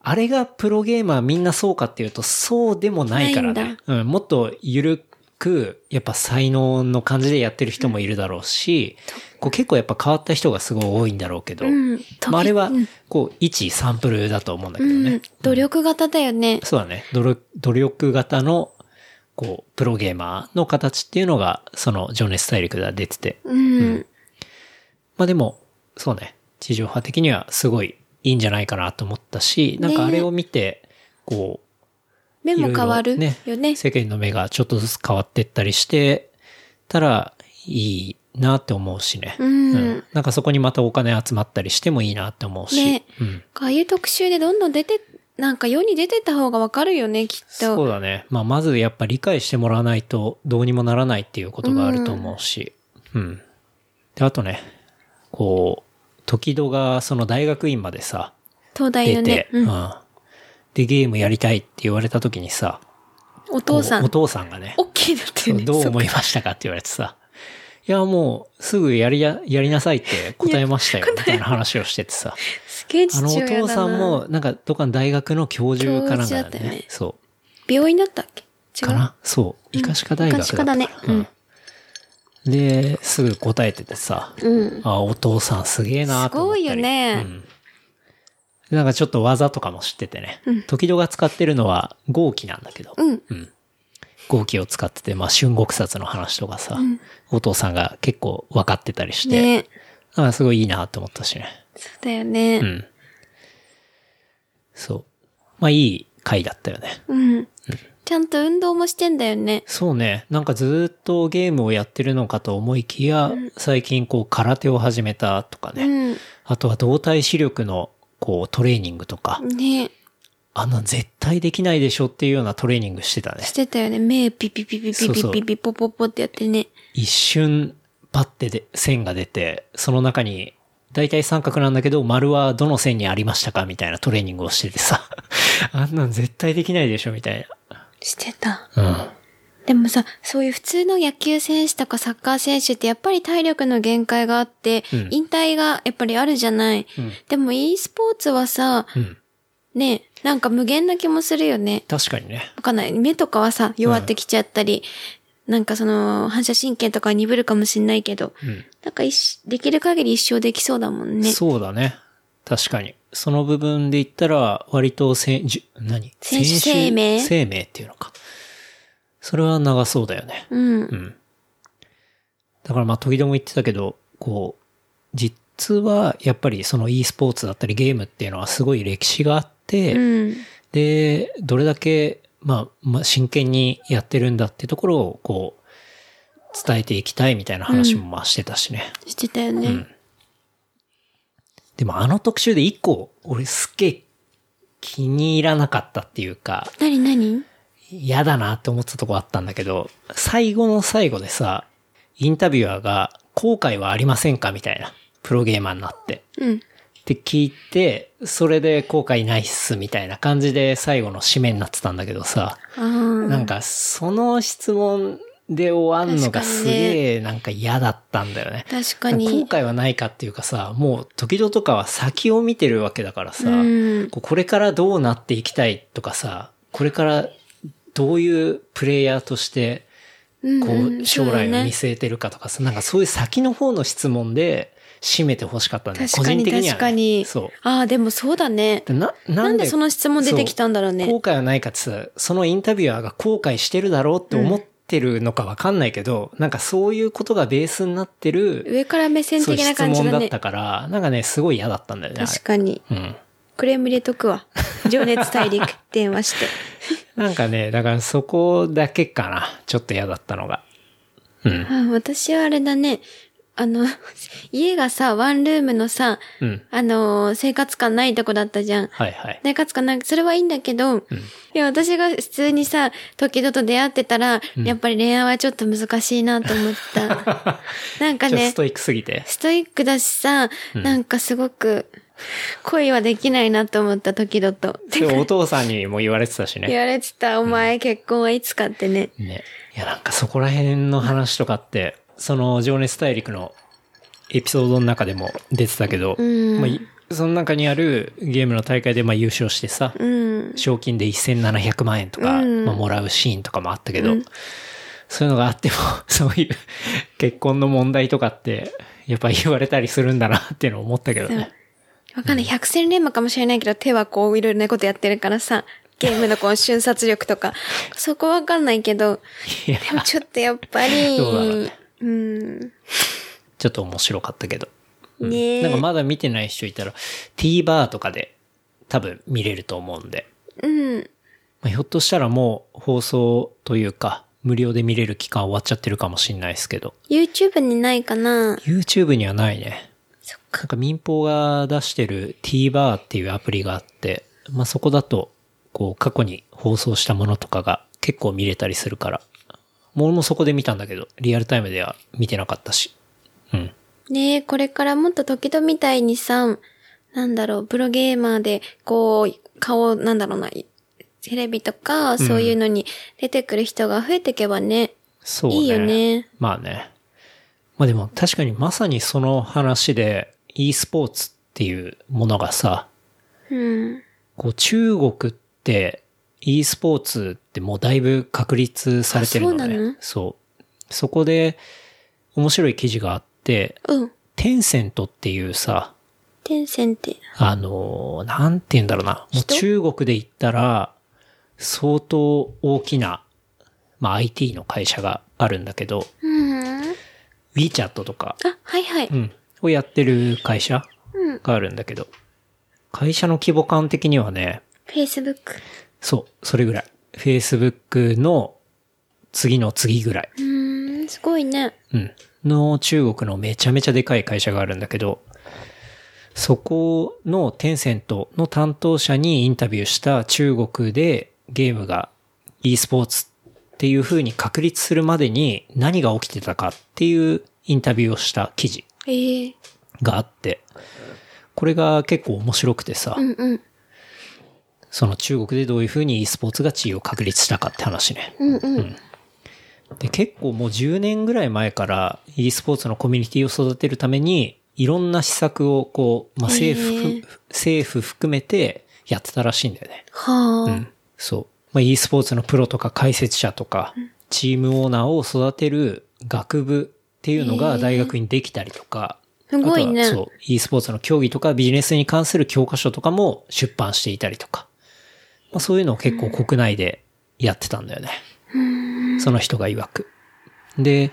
あれがプロゲーマーみんなそうかっていうと、そうでもないからないんね。うん、もっと緩く、やっぱ才能の感じでやってる人もいるだろうし、こう結構やっぱ変わった人がすごい多いんだろうけど、うん。まあ、あれはうん、こう、一サンプルだと思うんだけうどね。ん。努力型だよね。そうだね。努力、努力型の、こう、プロゲーマーの形っていうのが、その、情熱大陸では出てて。うん。まあでも、そうね、地上波的にはすごいいいんじゃないかなと思ったし、なんかあれを見て、こう、目も変わるいろいろよね。世間の目がちょっとずつ変わってったりしてたらいいなって思うしね。うんなんかそこにまたお金集まったりしてもいいなって思うし。ねうん。ああいう特集でどんどん出て、なんか世に出てた方がわかるよね、きっそうと。だね。まあまずやっぱ理解してもらわないとどうにもならないっていうことがあると思うし。うん。で、あとね、こう、時戸がその大学院までさ、東大出よねて、。うんうんで、ゲームやりたいって言われた時にさ、お父さこうおん。父さんがね、大きいだってね。どうそっか思いましたかって言われてさ、いや、もう、すぐやりや、やりなさいって答えました よ、みたいな話をしててさ、すげえあ父の、お親だな。父さんも、なんか、どっかの大学の教授かなんか教授だっだたね。よねそ病院だったっけう。違う。かなそう。医科歯科大学だったから医科歯科だねうんで、すぐ答えててさ、うん。あ、お父さんすげえなと思ったりすごいよねうんでなんかちょっと技とかも知っててね。時戸が使ってるのは合気なんだけど、うん。合気を使ってて、まあ、春国殺の話とかさ、お父さんが結構分かってたりして、ねなんかすごいいいなと思ったしね。そうだよねう。ん。そう。まあ、いい回だったよね。うん。ちゃんと運動もしてんだよね。そうね。なんかずーっとゲームをやってるのかと思いきや、最近こう空手を始めたとかね。うん。あとは動体視力のこうトレーニングとか、ねあんな絶対できないでしょっていうようなトレーニングしてたねし。てたよね。目ピピピピピそうピそうピピポポポってやってね。一瞬パッてで線が出て、その中に大体三角なんだけど丸はどの線にありましたかみたいなトレーニングをしててさ、 あんなん絶対できないでしょみたいしてた。な。でもさ、そういう普通の野球選手とかサッカー選手ってやっぱり体力の限界があって、うん引退がやっぱりあるじゃない。うんでも e スポーツはさ、うん。うん。ね、なんか無限な気もするよね。確かにね。わかんない。目とかはさ、弱ってきちゃったり、なんかその、反射神経とかは鈍るかもしんないけど、うん。なんか一できる限り一生できそうだもんね。そうだね。確かに。その部分で言ったら、割とせん、じゅ何選手生選命手生命っていうのか。それは長そうだよね。うん。うん。だからまあ、時々も言ってたけど、こう、実はやっぱりその e スポーツだったりゲームっていうのはすごい歴史があって、うん。で、どれだけ、まあ、まあ、真剣にやってるんだってところを、こう、伝えていきたいみたいな話もまあしてたしね。してたよね。んでもあの特集で一個、俺すっげえ気に入らなかったっていうか、なになに嫌だなって思ってたとこあったんだけど、最後の最後でさ、インタビュアーが、後悔はありませんかみたいな。プロゲーマーになって。うん。って聞いて、それで後悔ないっす、みたいな感じで最後の締めになってたんだけどさ、ああ。なんかその質問で終わんの確かがにねすげえなんか嫌だったんだよね。確かに。後悔はないかっていうかさ、もう時々とかは先を見てるわけだからさ、うんこうこれからどうなっていきたいとかさ、これからどういうプレイヤーとして、うんこうんう、将来そうだをね見据えてるかとかさ、なんかそういう先の方の質問で締めてほしかったんだよ確かに個人的には、ね。確かに。そう。ああ、でもそうだね。でな、なんでなんでその質問出てきたんだろうねそ後悔はないかってさ、そのインタビュアーが後悔してるだろうって思ってるのかわかんないけど、なんかそういうことがベースになってる、上から目線そう的な感じ質問だだねっ。たから、なんかね、すごい嫌だったんだよね。あれ確かに。うん。クレーム入れと くわ。情熱大陸電話して。なんかね、だからそこだけかな。ちょっと嫌だったのが。うん。あ私はあれだね。あの、家がさ、ワンルームのさ、うん。あのー生活感ないとこだったじゃん。はいはい。生活感なんか、それはいいんだけど、いや、私が普通にさ、時々と出会ってたら、やっぱり恋愛はちょっと難しいなと思 った。なんかちょっとねス、トイックすぎて。ストイックだしさ、なんかすごく、恋はできないなと思った時々と。でもお父さんにも言われてたし言ね。われてた、お前結婚はいつかってね。ね。いや、なんかそこら辺の話とかって、その情熱大陸のエピソードの中でも出てたけど、んまあいその中にあるゲームの大会でまあ優勝してさ、うん。賞金で1700万円とか、うんまあ、もらうシーンとかもあったけど、そういうのがあっても、 そういう結婚の問題とかって、やっぱ言われたりするんだなっていうのを思ったけどね。わかんない。百戦錬磨かもしれないけど、手はこう、いろいろなことやってるからさ、ゲームのこの瞬殺力とか、そこわかんないけど、いや、でもちょっとやっぱり、どうだろうねうん。ねちょっと面白かったけど。え。なんかまだ見てない人いたら、TVer とかで多分見れると思うんで。うん。まあ、ひょっとしたらもう放送というか、無料で見れる期間終わっちゃってるかもしれないですけど。 YouTube にないかな YouTube にはないね。そっなんか民放が出してる TVer っていうアプリがあって、まあ、そこだと、こう、過去に放送したものとかが結構見れたりするから。もう俺もそこで見たんだけど、リアルタイムでは見てなかったし。うん。ねえ、これからもっと時々みたいにさ、なんだろう、プロゲーマーで、こう、顔、なんだろうな、テレビとか、そういうのに出てくる人が増えていけばね、そうね。いいよね。まあね。まあでも確かにまさにその話で e スポーツっていうものがさ、うん。こう中国って e スポーツってもうだいぶ確立されてるのあそうなねの。そう。そこで面白い記事があって、うん。テンセントっていうさ、テンセンって。あのー、なんて言うんだろうな。もう人中国で言ったら、相当大きな、まあ IT の会社があるんだけど、うん。あ、 WeChat とか、はいはい。うん。をやってる会社うんがあるんだけど、会社の規模感的にはね、 Facebook。そう、それぐらい。Facebook の次の次ぐらい。うーん、すごいね。うん。の中国のめちゃめちゃでかい会社があるんだけど、そこのテンセントの担当者にインタビューした中国でゲームが e スポーツっていう風に確立するまでに何が起きてたかっていうインタビューをした記事ええがあって、これが結構面白くてさ、うんうん。その中国でどういう風に e スポーツが地位を確立したかって話ね。うんうん。で、結構もう10年ぐらい前から e スポーツのコミュニティを育てるために、いろんな施策をこう、まあ、政府、へー政府含めてやってたらしいんだよね。はあ。そう。まあ、e スポーツのプロとか解説者とか、チームオーナーを育てる学部っていうのが大学にできたりとか、すごいねあとはそう、e スポーツの競技とかビジネスに関する教科書とかも出版していたりとか、まあ、そういうのを結構国内でやってたんだよね。その人が曰く。で、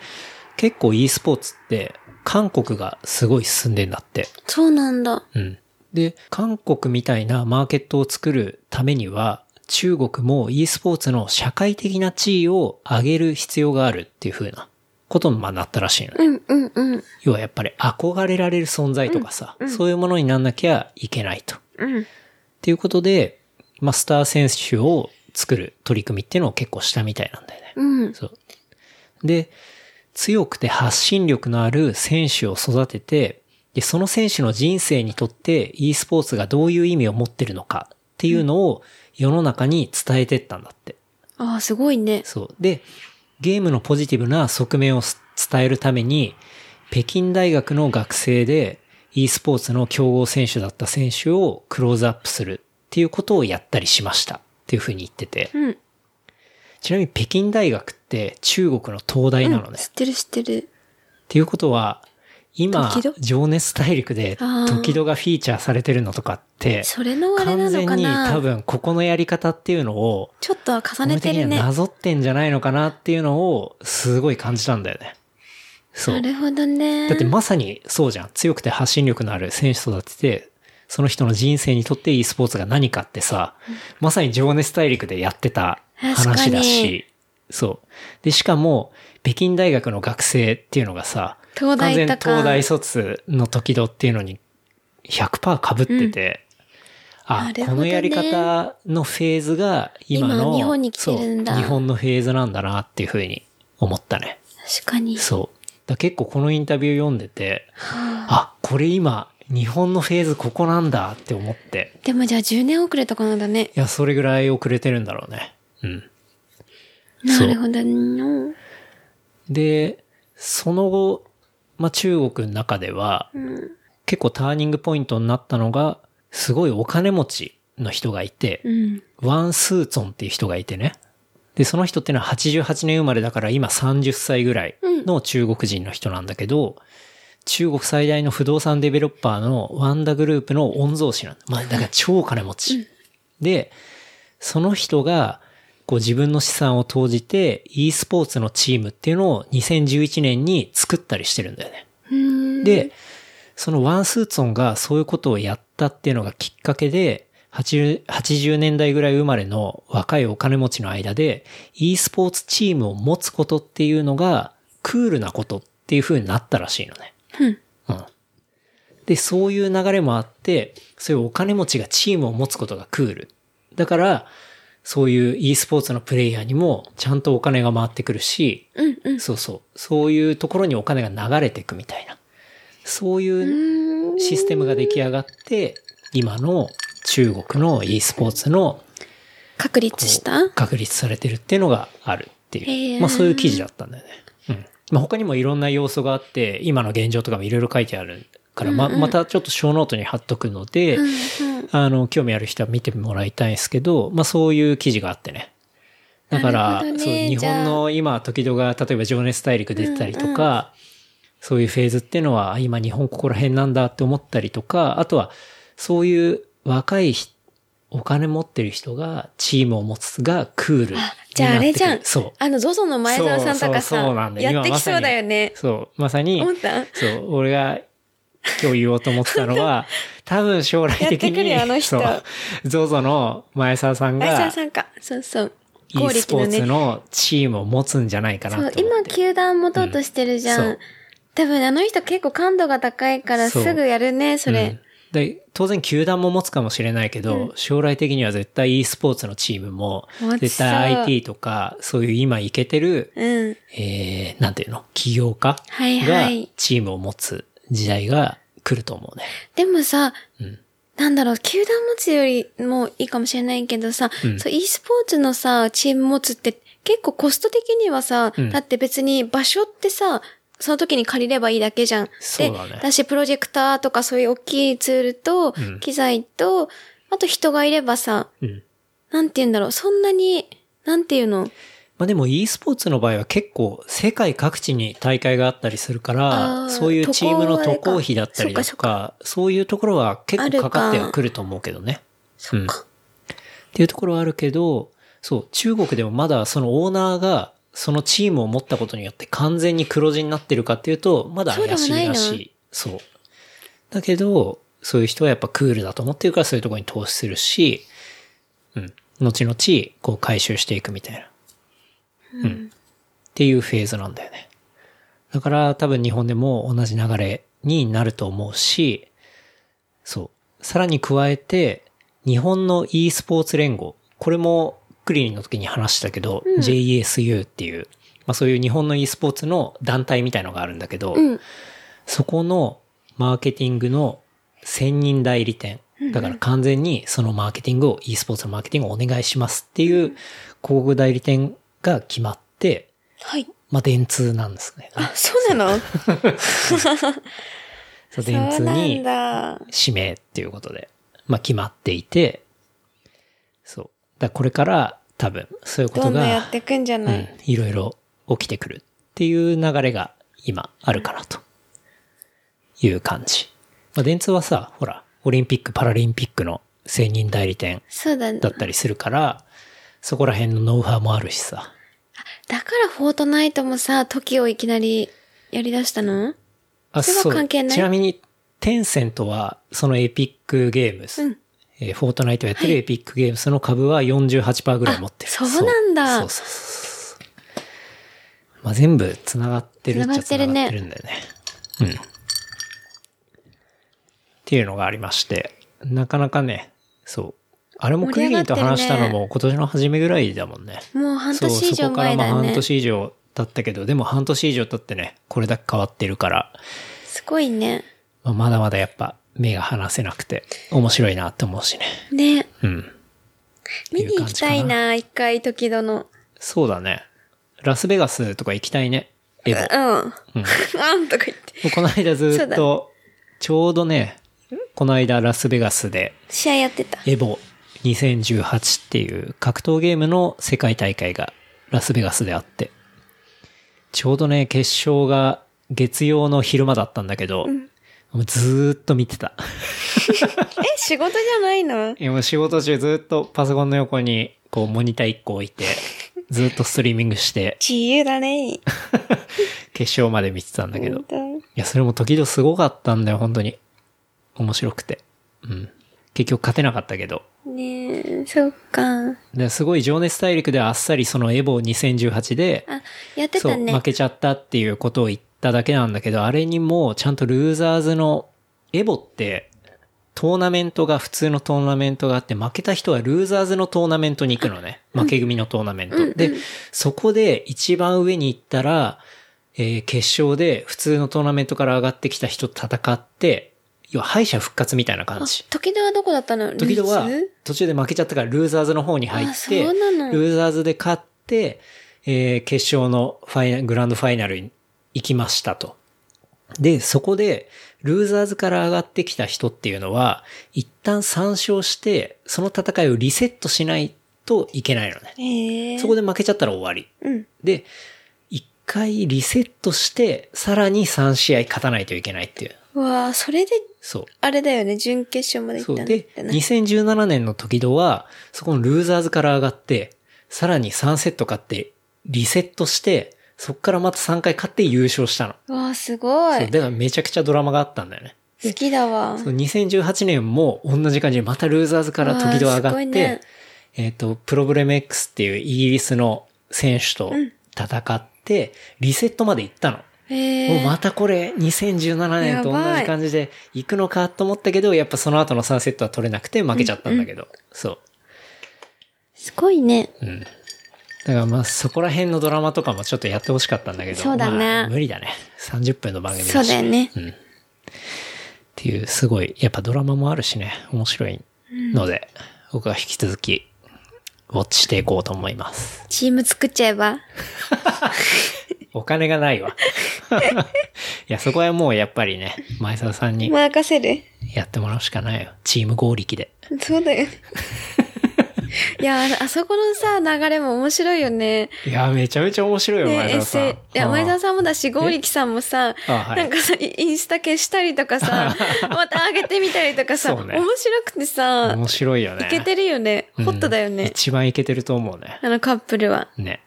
結構 e スポーツって韓国がすごい進んでんだって。そうなんだ。うん。で、韓国みたいなマーケットを作るためには、中国も e スポーツの社会的な地位を上げる必要があるっていう風なことにまあなったらしいのね。うんうんうん。要はやっぱり憧れられる存在とかさ、そういうものになんなきゃいけないと。っうん。ていうことで、まあ、スター選手を作る取り組みっていうのを結構したみたいなんだよね。うん。そう。で、強くて発信力のある選手を育てて、で、その選手の人生にとって e スポーツがどういう意味を持ってるのかっていうのを世の中に伝えてったんだって。ああ、すごいね。そう。で、ゲームのポジティブな側面をす伝えるために、北京大学の学生で e スポーツの強豪選手だった選手をクローズアップするっていうことをやったりしましたっていうふうに言ってて。うん。ちなみに北京大学って中国の東大なのね。知ってる知ってる。っていうことは、今時、々情熱大陸であー時々がフィーチャーされてるのとかって、それのあれ完なの全かに多な分ここのやり方っていうのを、ちょっとは重ねて俺的るにはね。なぞってんじゃないのかなっていうのをすごい感じたんだよね。そうな。るほどね。だってまさにそうじゃん。強くて発信力のある選手育てて、その人の人生にとって e スポーツが何かってさ、まさに情熱大陸でやってた話だ確かしに、そう。で、しかも、北京大学の学生っていうのがさ、完東大全にとか。東大卒の時度っていうのに100%被ってて、あなるほこどのねやり方のフェーズが今の今日本に来てるんだそう日本のフェーズなんだなっていうふうに思ったね。確かに。そう。だから結構このインタビュー読んでて、あ、これ今、日本のフェーズここなんだって思って。でもじゃあ10年遅れとかなんだね。いや、それぐらい遅れてるんだろうね。うん。なそうるほどね。で、その後、まあ、中国の中では、ん結構ターニングポイントになったのが、すごいお金持ちの人がいて、うん。ワン・スーツォンっていう人がいてね。で、その人ってのは88年生まれだから今30歳ぐらいの中国人の人なんだけど、中国最大の不動産デベロッパーのワンダグループの御曹司なんだ。まあ、だから超金持ち。で、その人が、こう自分の資産を投じて e スポーツのチームっていうのを2011年に作ったりしてるんだよね。うん。で、そのワンスーツォンがそういうことをやったっていうのがきっかけで、80, 80年代ぐらい生まれの若いお金持ちの間で、e スポーツチームを持つことっていうのが、クールなことっていう風になったらしいのね。うん。で、そういう流れもあって、そういうお金持ちがチームを持つことがクール。だから、そういう e スポーツのプレイヤーにもちゃんとお金が回ってくるし、うんうん。そうそう。そういうところにお金が流れていくみたいな。そういううーんシステムが出来上がって、今の中国の e スポーツの確立した確立されてるっていうのがあるってへいーう。まあそういう記事だったんだよね。うん。まあ他にもいろんな要素があって、今の現状とかもいろいろ書いてあるから、ま、またちょっと小ノートに貼っとくので、あの、興味ある人は見てもらいたいんですけど、まあそういう記事があってね。だから、なるほどねそう、日じゃあ本の今、時々が、例えば情熱大陸出てたりとか、そういうフェーズっていうのは、あ今日本ここら辺なんだって思ったりとか、あとは、そういう若い人お金持ってる人が、チームを持つがクールになってくる。じゃああれじゃん。そう。あの、ゾゾの前澤さんとかそうそうそうなさん、だよやってきそうだよね。そう、まさに、思ったそう、俺が今日言おうと思ってたの は、多分将来やって的くるに、よあのそ人う、ZOZO の前澤さん前澤が、さんか。そうそう。 e スポーツね。のチームを持つんじゃないかなとそ思うっ、て。今、球団持とうとしてるじゃうんん。そう多分あの人結構感度が高いからそうすぐやるね、それ。うんで当然球団も持つかもしれないけど、将来的には絶対 e スポーツのチームも持ちそう、絶対 IT とか、そういう今いけてる、うん。えー、なんていうの起業家はいがはいチームを持つ時代が来ると思うね。でもさ、うんなんだろう、球団持つよりもいいかもしれないけどさ、うんそう、e スポーツのさ、チーム持つって結構コスト的にはさ、うんだって別に場所ってさ、その時に借りればいいだけじゃん。そうだねで、だしプロジェクターとかそういう大きいツールとうん、機材と、あと人がいればさ、うん。なんて言うんだろう、そんなに、なんて言うのまあでも e スポーツの場合は結構世界各地に大会があったりするかあーら、そういうチームの渡航渡航はあれか費だったりだそとっか、そういうところは結構かかってはくると思うけどね。そっうんか。っていうところはあるけど、そう、中国でもまだそのオーナーがそのチームを持ったことによって完全に黒字になってるかっていうと、まだ怪しいらそうでもしないい。そうだけど、そういう人はやっぱクールだと思ってるからそういうところに投資するし、うん。後々、こう回収していくみたいな。うん。っていうフェーズなんだよね。だから多分日本でも同じ流れになると思うし、そう。さらに加えて、日本の e スポーツ連合。これもクリリンの時に話したけど、JESU っていう、まあそういう日本の e スポーツの団体みたいのがあるんだけど、うん。そこのマーケティングの専任代理店。だから完全にそのマーケティングを、e スポーツのマーケティングをお願いしますっていう広告代理店が決まって、はい。まあ電通なんですね。あ、そうなのそうそう電通になんだ。指名っていうことで、まあ決まっていて、そう。だからこれから多分そういうこどとんどんやがっ、てくんじゃうない、ん、いろいろ起きてくるっていう流れが今あるかなという感じ。まあ電通はさ、ほら、オリンピック・パラリンピックの専任代理店そうだね。だったりするから、そこら辺のノウハウもあるしさ。だからフォートナイトもさ、時をいきなりやり出したのあそれはう関係ないちなみに、テンセントは、そのエピックゲームズ、うんえーフォートナイトやってるエピックゲームズの株は48%ぐらい持ってる。あそうなんだそうそうそうそうそう。まあ、全部繋がってるっちゃ繋がって繋るねがってるんだよね。っていうのがありまして、なかなかね、そう。あれもク盛イり上リがンってとるね話したのも今年の初めぐらいだもんね。もう半年以そう、そ上こから前まだあよ半ね。年以上経ったけど、でも半年以上経ってね、これだけ変わってるから、すごいね。まあ、まだまだやっぱ目が離せなくて面白いなって思うしね。ね。うん。見に行きたいな、一回時々の。そうだね。ラスベガスとか行きたいね。エボ。 うん。うん、とか言って。この間ずっと、ちょうどね、この間ラスベガスで試合やってた。エボ2018っていう格闘ゲームの世界大会がラスベガスであって、ちょうどね、決勝が月曜の昼間だったんだけど、もうずーっと見てた。え、仕事じゃないのいやもう仕事中ずっとパソコンの横にこうモニター1個置いて、ずっとストリーミングして自由だね。決勝まで見てたんだけど。い本や、それも時々すごかったんだよ、本当に。面白くて。うん。結局勝てなかったけど。当ねえ、そっか。ですごい情熱大陸であっさりそのエボ2018で、あ、やってそう、たね負。けちゃったっていうことを言っただけなんだけど、あれにもうちゃんとルーザーズの、エボって、トーナメントが、普通のトーナメントがあって、負けた人はルーザーズのトーナメントに行くのね。負け組のトーナメント。で、そこで一番上に行ったら、えー決勝で普通のトーナメントから上がってきた人と戦って、要は敗者復活みたいなあ感じ。時々はどこだったの時々はルーズ途中で負けちゃったからルーザーズの方に入っあそうて、ルなのーザーズで勝って、えー決勝のファイナグランドファイナルに行きましたと。で、そこで、ルーザーズから上がってきた人っていうのは、一旦参照して、その戦いをリセットしないといけないのね。へえ。そこで負けちゃったら終わり。うん。で、一回リセットして、さらに3試合勝たないといけないっていう。うわあそれで、そう。あれだよね、準決勝まで行そったうんで、だね。 2017年の時戸は、そこのルーザーズから上がって、さらに3セット勝って、リセットして、そこからまた3回勝って優勝したの。うわあすごそうい。だからめちゃくちゃドラマがあったんだよね。好きだわ。そう2018年も同じ感じでまたルーザーズから時々上がうわーすごって、いねえっ、と、プロブレム X っていうイギリスの選手と戦って、リセットまで行ったの。へもうえ。またこれ2017年と同じ感じで行くのかと思ったけど、やっぱその後の3セットは取れなくて負けちゃったんだけど。そう。すごいね。だからまあそこら辺のドラマとかもちょっとやってほしかったんだけど。そうだねまあ無理だね。30分の番組だし。そうだよね。っていう、すごい、やっぱドラマもあるしね、面白いので、僕は引き続き、ウォッチしていこうと思います。チーム作っちゃえば。お金がない わ。いや、そこはもうやっぱりね、前澤さんに任せる。やってもらうしかないよ。チーム合力で。そ うだよね。いやあ、あそこのさ、流れも面白いよね。いや、めちゃめちゃ面白いよ、前ね、エ澤さん。セ。いや、前澤ささんもだし、ゴーリキさんもさ、あはいなんかさ、イインスタ消したりとか さ、また上げてみたりとかさ、そうね面白くてさ、面白いよね。いけてるよね。うんホットだよね。一番いけてると思うね。あのカップルは。ね。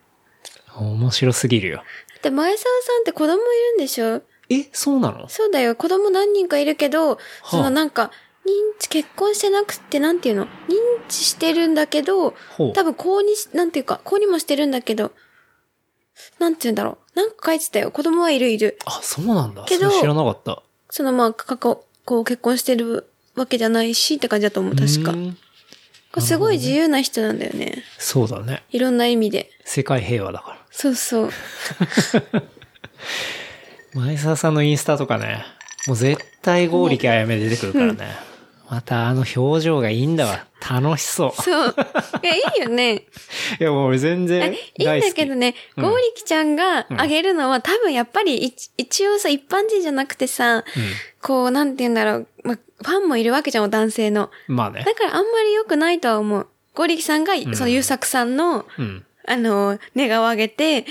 面白すぎるよ。で、前澤さんって子供いるんでしょえ、そうなのそうだよ。子供何人かいるけど、そのなんか、認知、結婚してなくて、なんていうの認知してるんだけど、ほう多分公にし、なんていうか、公にもしてるんだけど、なんていうんだろう。なんか書いてたよ。子供はいるいる。あ、そうなんだ。けどそれ知らなかった。そのまあ、過去、こう結婚してるわけじゃないし、って感じだと思う。確うか。んすごい自由な人なんだよね。そうだね。いろんな意味で。世界平和だから。そうそう。前澤さんのインスタとかね、もう絶対合力あやめ出てくるからね。またあの表情がいいんだわ。楽しそう。 そう。いや、い いよね。いや、もう俺全然えいいん大好き。だけどね、うんゴーリキちゃんがあげるのは、多分やっぱり一一応さ、一般人じゃなくてさ、こう、なんて言うんだろう、まあ、ファンもいるわけじゃん、男性の。うん。まあねだ。からあんまり良くないとは思う。ゴーリキさんが、その優作さんの、うん。あの、寝顔を上げて、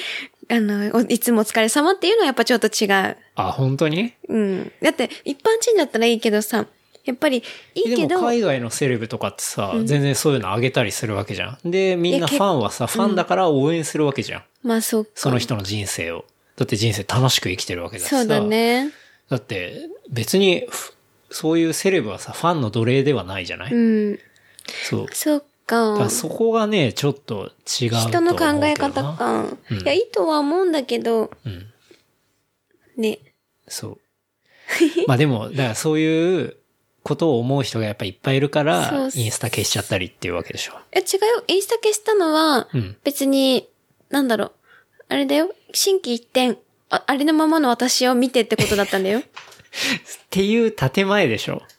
あの、おいつもお疲れ様っていうのはやっぱちょっと違う。あ、本当にうん。だって、一般人だったらいいけどさ、やっぱり、いいけでもど、海外のセレブとかってさ、全然そういうのあげたりするわけじゃん。で、みんなファンはさ、ファンだから応援するわけじゃん。まあそうか。その人の人生を。だって人生楽しく生きてるわけだしさ。そうだね。だって別にふそういうセレブはさファンの奴隷ではないじゃない、うん。そうそうだからそこがねちょっと違うと思うけ人どなの考え方か。いや、いいとは思うんだけど、うんね。そう まあでも、だからそういうことを思う人がやっぱいっぱいいるかそうらっ、すインスタ消しちゃったりっていうわけでしょ。え、違うよ。インスタ消したのはうん、別に、なんだろう。あれだよ。心機一転。あありのままの私を見てってことだったんだよ。っていう建前でしょ。っ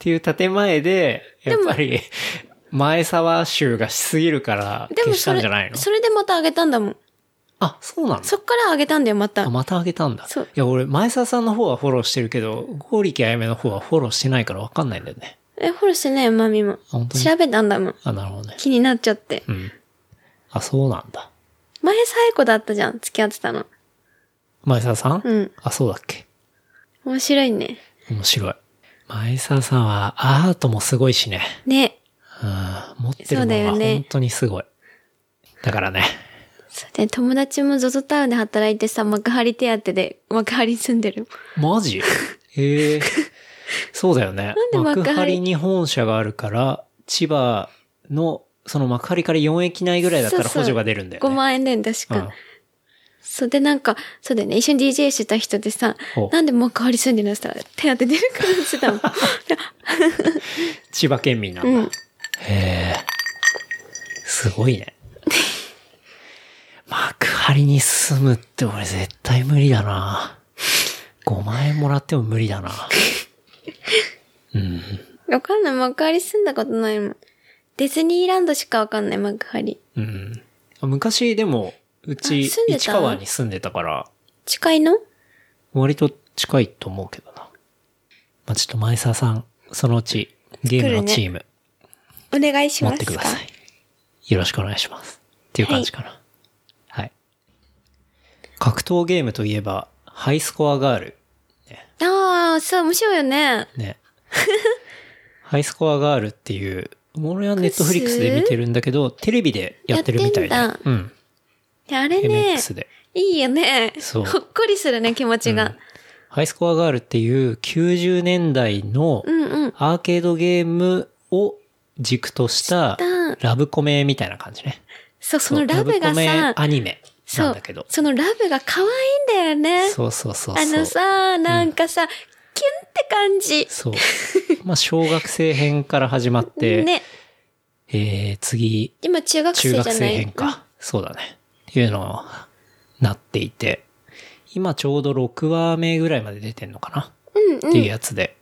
ていう建前で、やっぱり、前沢集がしすぎるからでも 消しそたんれじゃない、のそれでまたあげたんだもん。あ、そうなのそっからあげたんだよ、またあ、。またあげたんだ。そういや、俺、前沢さんの方はフォローしてるけど、ゴーリキあやめの方はフォローしてないからわかんないんだよね。え、フォローしてないよ、マミもあ。本当に調べたんだもん。あ、なるほどね。気になっちゃって。うん。あ、そうなんだ。前最後だったじゃん、付き合ってたの。前沢さん、うん。あ、そうだっけ面白いね。面白い。前沢さんはアートもすごいしね。ね。うん。持ってるそうだのはよね本当にすごい。だからね。そうで、友達も ZOZO タウンで働いてさ、幕張手当で、幕張住んでる。マジ へえ。そうだよね。なんで幕張幕張に本社があるから、千葉の、その幕張から4駅内ぐらいだったらそう補そう助が出るんだよね。 5万円だよね、確うんか。そうで、なんか、そうだよね、一緒に DJ してた人でさほう、なんで幕張住んでるのって言ったら、手当て出るからって言ってたもん。 千葉県民なんだ。うんへえ。すごいね。 幕張に住むって俺絶対無理だな。5万円もらっても無理だな。うん。わかんない、幕張住んだことないもん。ディズニーランドしかわかんない、幕張。うん。昔でも、うちあ住んでた市川に住んでたから、近いの割と近いと思うけどな。まあ、ちょっと前澤さん、そのうちゲームのチーム、お願いし持まってすか。ください。よろしくお願いします。っていう感じかな。はい。格闘ゲームといえば、ハイスコアガール。ああ、そう、面白いよね。 ね。ハイスコアガールっていう、俺はネットフリックスで見てるんだけ ど、テレビでやってるみたいやっな。てうん。いやあれね、 MX で。いいよね。そうほっこりするね、気持ちが。ハイスコアガールっていう90年代のうん、うん、アーケードゲームを軸としたたラブコメみたいな感じね。そう、そそうのラブラがブコメさ、アニメそなんうだけど、。そのラブが可愛いんだよね。そうそうそうそう。あのさ、なんかさ、キュンって感じ。そう。まあ、小学生編から始まって、ね。えー、次、今中学生中じゃ学ない生編か。そうだね。っていうのをなっていて、今ちょうど6話目ぐらいまで出てんのかな、っていうやつで。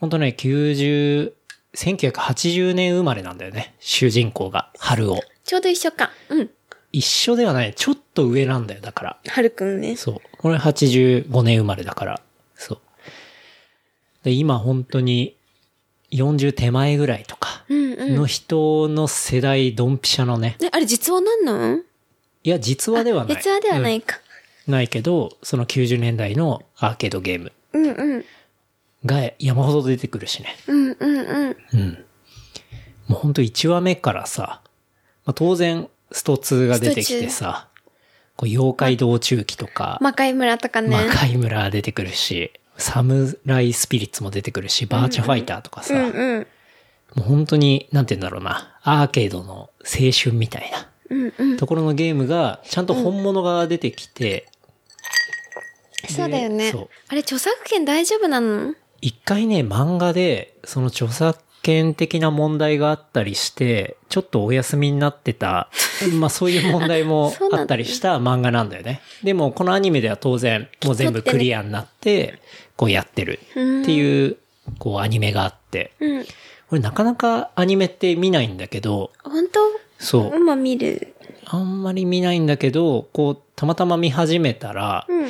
ほんとね、90、1980年生まれなんだよね。主人公が、春を。ちょうど一緒か。うん。一緒ではない、ちょっと上なんだよ、だから。はるくんね。そう。これ85年生まれだから。そう。で、今本当に40手前ぐらいとかうんうん。の人の世代ドンピシャのね。ね、あれ実話なんなんいや、実話ではない。実話ではなうんいか。ないけど、その90年代のアーケードゲームうんうん。が山ほど出てくるしね。うんうんうん。うん。もうほんと1話目からさ、まあ、当然スト2が出てきてさ、こう妖怪道中記とか、魔界村とかね。魔界村出てくるし、サムライスピリッツも出てくるし、バーチャファイターとかさ、うんうん。もう本当に、なんて言うんだろうな、アーケードの青春みたいなうんうん。ところのゲームが、ちゃんと本物が出てきて、でそうだよねそう。あれ著作権大丈夫なの一回ね、漫画で、その著作権的な問題があったりして、ちょっとお休みになって た、まあそういう問題もそうなんだあったりした漫画なんだよね。でも、このアニメでは当然、もう全部クリアになって、こうやってるうんっていう、こうアニメがあって。うん。これなかなかアニメって見ないんだけど、本当そ今見る。う。あんまり見ないんだけど、こう、たまたま見始めたら、うん。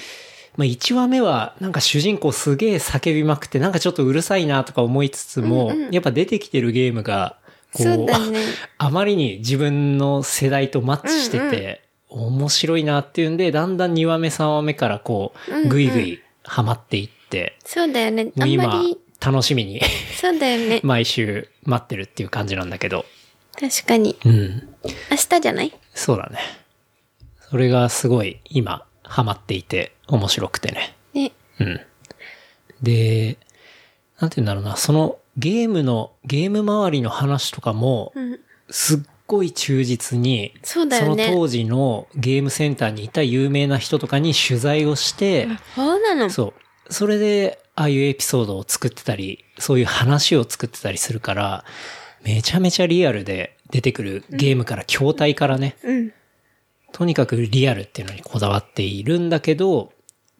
まあ1話目はなんか主人公すげえ叫びまくって、なんかちょっとうるさいなとか思いつつも、やっぱ出てきてるゲームが、こそうだね。 あまりに自分の世代とマッチしてて、面白いなっていうんで、だんだん2話目3話目からこうんうう、んぐいぐいハマっていって、そうだよね。もあうんま今り、、楽しみにそうだよね。毎週待ってるっていう感じなんだけど、確かに。うん。明日じゃないそうだね。それがすごい今、ハマっていて、面白くてね。ね。うん。で、なんて言うんだろうな、そのゲームの、ゲーム周りの話とかも、うん。すっごい忠実に、そうだよねその当時のゲームセンターにいた有名な人とかに取材をして、そうなの。そう。それで、ああいうエピソードを作ってたり、そういう話を作ってたりするから、めちゃめちゃリアルで出てくるゲームから、筐体からね、うん。とにかくリアルっていうのにこだわっているんだけど、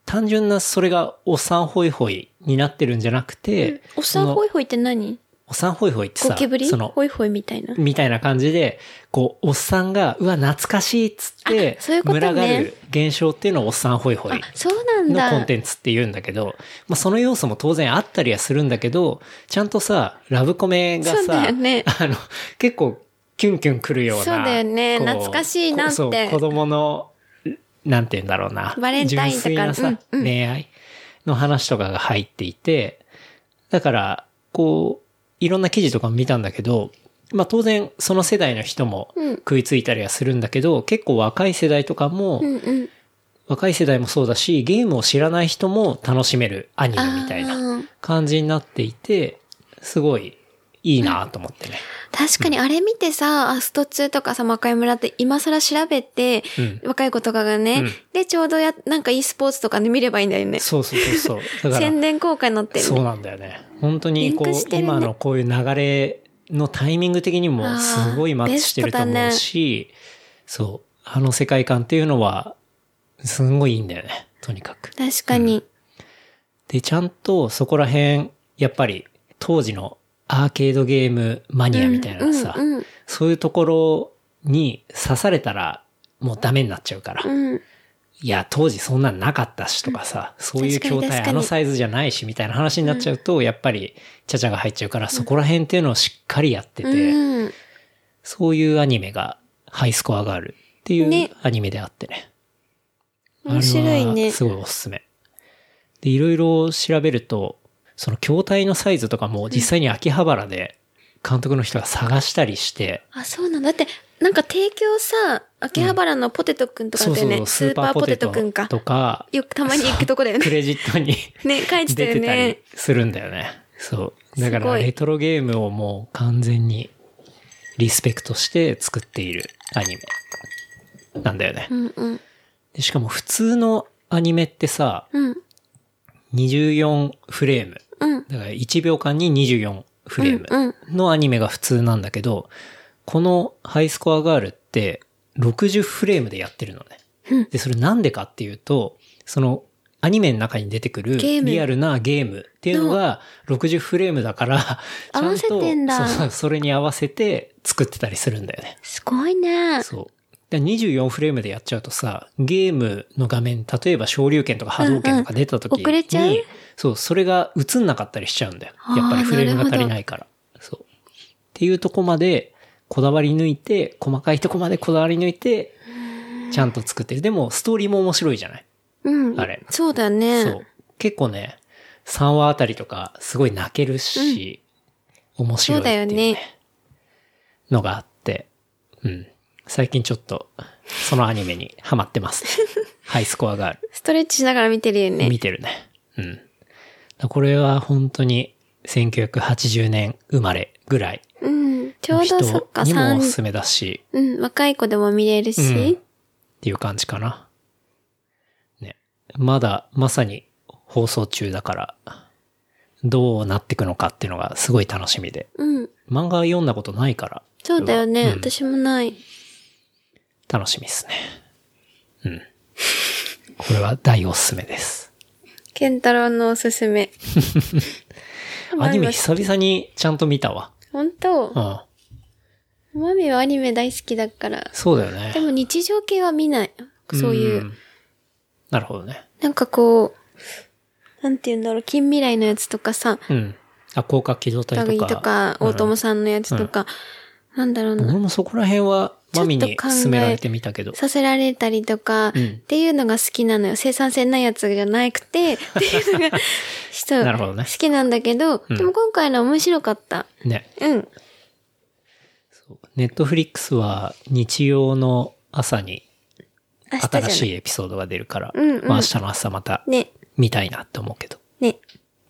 単純なそれがおっさんホイホイになってるんじゃなくて、おっさんそのホイホイって何おっさんホイホイってゴさ、キブリその、ホイホイみたいな。みたいな感じで、こう、おっさんが、うわ、懐かしいっつってあ、そういうこと群ねがる現象っていうのをおっさんホイホあイ、そうなんのコンだ。テンツって言うんだけど、まあその要素も当然あったりはするんだけど、ちゃんとさ、ラブコメがそうださ、よね あの、結構キュンキュンくるような。そうだよねこう懐かしいなってこそう子供の、なんて言うんだろうな。バレンタインとか純粋なさ、うんうん恋愛の話とかが入っていて、だから、こう、いろんな記事とかも見たんだけど、まあ当然その世代の人もうん食いついたりはするんだけど、結構若い世代とかも、うんうん。若い世代もそうだし、ゲームを知らない人も楽しめるアニメみたいなあー感じになっていて、すごいいいなと思ってね。確かにあれ見てさ、アスト2とかさ、魔界村って今更調べて、うん若い子とかがうね、んで、ちょうどや、なんか e スポーツとかで見ればいいんだよね。そうそうそうそう。だから宣、伝公開になってる、そうなんだよね。本当にこリンクしう、てるね今のこういう流れのタイミング的にあーもすごいマッチしてると思うし、そう。あの世界観っていうのは、すんごいいいんだよね。とにかく。確かに。で、ちゃんとそこら辺、やっぱり当時のアーケードゲームマニアみたいなさ、うんうんそういうところに刺されたらもうダメになっちゃうから、ういん。うんや、当時そんなんなかったしとかさ、そういう筐確かに確か体にあのサイズじゃないしみたいな話になっちゃうと、やっぱりちゃちゃが入っちゃうから、そこら辺っていうのをしっかりやってて、うん。そういうアニメがハイスコアがあるっていうねアニメであってね。面白いあれねは。すごいおすすめ。で、いろいろ調べると、その筐体のサイズとかも実際に秋葉原で監督の人が探したりして、あ、そうなんだ。だって、なんか提供さ、秋葉原のポテトくんとかそだうったそようね。そう、スーパーポテトくんか。とか、よくたまに行くとこだよクね。レジット にね、書いてた出よてたりね。するんだよね。そう。だかすごらいレトロゲームをもう完全にリスペクトして作っているアニメなんだよねう。んうん。でしかも普通のアニメってさ、うん。 24フレーム。うん。だから1秒間に24フレーム。うん。のアニメが普通なんだけど、このハイスコアガールって60フレームでやってるのうね。で、それなんでかっていうと、そのアニメの中に出てくるゲームリアルなゲームっていうのが60フレームだから、ちゃ合わんせてんとだそうそれに合わせて作ってたりするんだよね。すごいね。そう。で24フレームでやっちゃうとさ、ゲームの画面、例えば昇竜拳とか波動拳とか出た時に、うんうん遅れちゃうそう、それが映んなかったりしちゃうんだよ。やっぱりあーフレームがなるほど足りないから。そう。っていうとこまでこだわり抜いて、細かいとこまでこだわり抜いて、ちゃんと作ってる。でも、ストーリーも面白いじゃない、うん。あれそうだよね。そう。結構ね、3話あたりとか、すごい泣けるし、面白いっていう、ね。そうだよねのがあって、うん。最近ちょっと、そのアニメにハマって ます。ハイスコアがある。ストレッチしながら見てるよね。見てるね。うん。これは本当に、1980年生まれぐらいうん。ちょのう人どそっか、にも三おすすめだし、うん。若い子でも見れるうんっし。ていう感じかな。ね。まだ、まさに放送中だから、どうなってくのかっていうのがすごい楽しみで。うん。漫画読んだことないから、そうだよね。うん私もない。楽しみですね。うん。これは大おすすめです。ケンタロウのおすすめ。 アニメ久々にちゃんと見たわ。本当うん。マミはアニメ大好きだから。そうだよねで。も日常系は見ない。そういう。ん。なるほどね。なんかこう、なんて言うんだろう、近未来のやつとかさ、うん。あ、広角機動隊バとギーか。とか、大友さんのやつとか、なんだろううん。俺な、もそこら辺は、マミちょにっと考え勧められてみたけど。させられたりとか、うんっていうのが好きなのよ。生産性ないやつじゃな くて、っていうのが、人、なるほどね好きなんだけど、うんでも今回の面白かった。ね。うん。ネットフリックスは日曜の朝に明日じゃな新い。しいエピソードが出るから、うんうんまあ明日の朝またね、見たいなって思うけど。ね。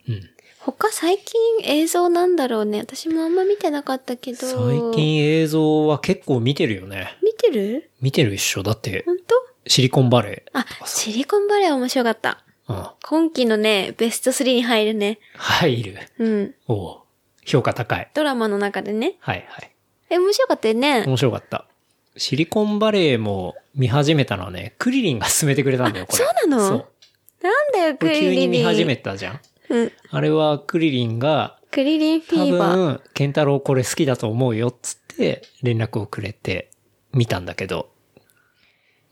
うん。他最近映像なんだろうね。私もあんま見てなかったけど。最。近映像は結構見てるよね。見てる見てる一緒。だって本当シリコンバレーあ、シリコンバレー面白かった。うん。今期のね、ベスト3に入るね。入る。うん。おお評価高い。ドラマの中でね。はいはい。え、面白かったよね。面白かった。シリコンバレーも見始めたのはね、クリリンが勧めてくれたんだよ、これ。そうなのそう。なんだよ、こクれリ急リにン。見始めたじゃん。うん。あれはクリリンが、クリリンフ多ィーバー。分、ケンタロウこれ好きだと思うよっつって連絡をくれて見たんだけど。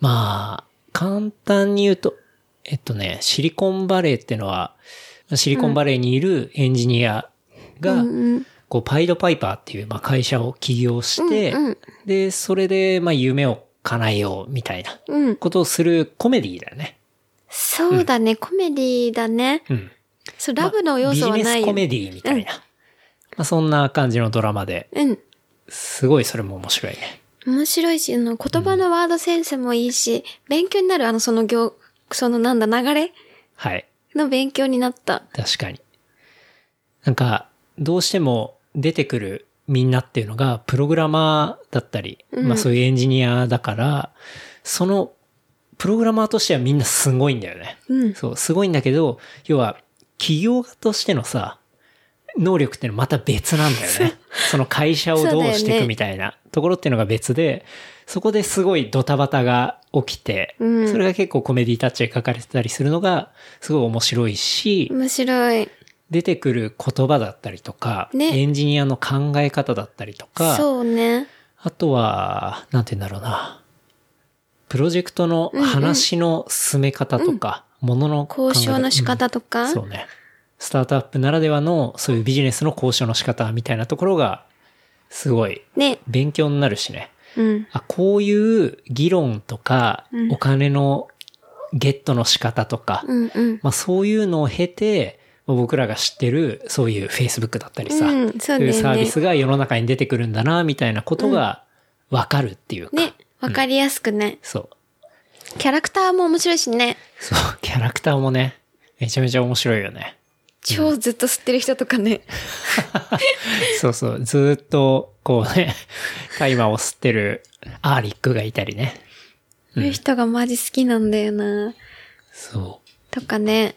まあ、簡単に言うと、えっとね、シリコンバレーってのは、シリコンバレーにいるエンジニアが、うんうんこう、パイドパイパーっていう、まあ、会社を起業して、うんうんで、それで、まあ、夢を叶えようみたいなうん。ことをするコメディだよね。そうだね、コメディだね。うん。そう、ラブの要素はまあビジなネスいよ。コメディみたいな。まあ、そんな感じのドラマで、うん。すごいそれも面白いね。面白いし、あの、言葉のワードセンスもいいし、勉強になる、あの、その行、そのなんだ、流れはい。の勉強になった。確かに。なんか、どうしても出てくるみんなっていうのが、プログラマーだったり、うんまあそういうエンジニアだから、その、プログラマーとしてはみんなすごいんだよね。うん。そう、すごいんだけど、要は、企業家としてのさ、能力ってのはまた別なんだよね。その会社をどうしていくみたいなところっていうのが別で、そこですごいドタバタが起きて、うんそれが結構コメディタッチで書かれてたりするのが、すごい面白いし、面白い。出てくる言葉だったりとか、ねエンジニアの考え方だったりとか、そうね。あとは、なんて言うんだろうな。プロジェクトの話の進め方とか、ものの考え方交渉の仕方とか。そうね。スタートアップならではの、そういうビジネスの交渉の仕方みたいなところが、すごいね。勉強になるしね。うん。あ、こういう議論とか、うんお金のゲットの仕方とか、うんうん。まあそういうのを経て、まあ僕らが知ってる、そういう Facebook だったりさ、うんそうだよねいうサービスが世の中に出てくるんだな、みたいなことがわかるっていうか、ね。わかりやすくね。そう。キャラクターも面白いしね。そう、 キャラクターもね、めちゃめちゃ面白いよね。超ずっと吸ってる人とかね。そうそう、ずーっと、こうね、 タイマーを吸ってるアーリックがいたりね。そういう人がマジ好きなんだよな。そとかね。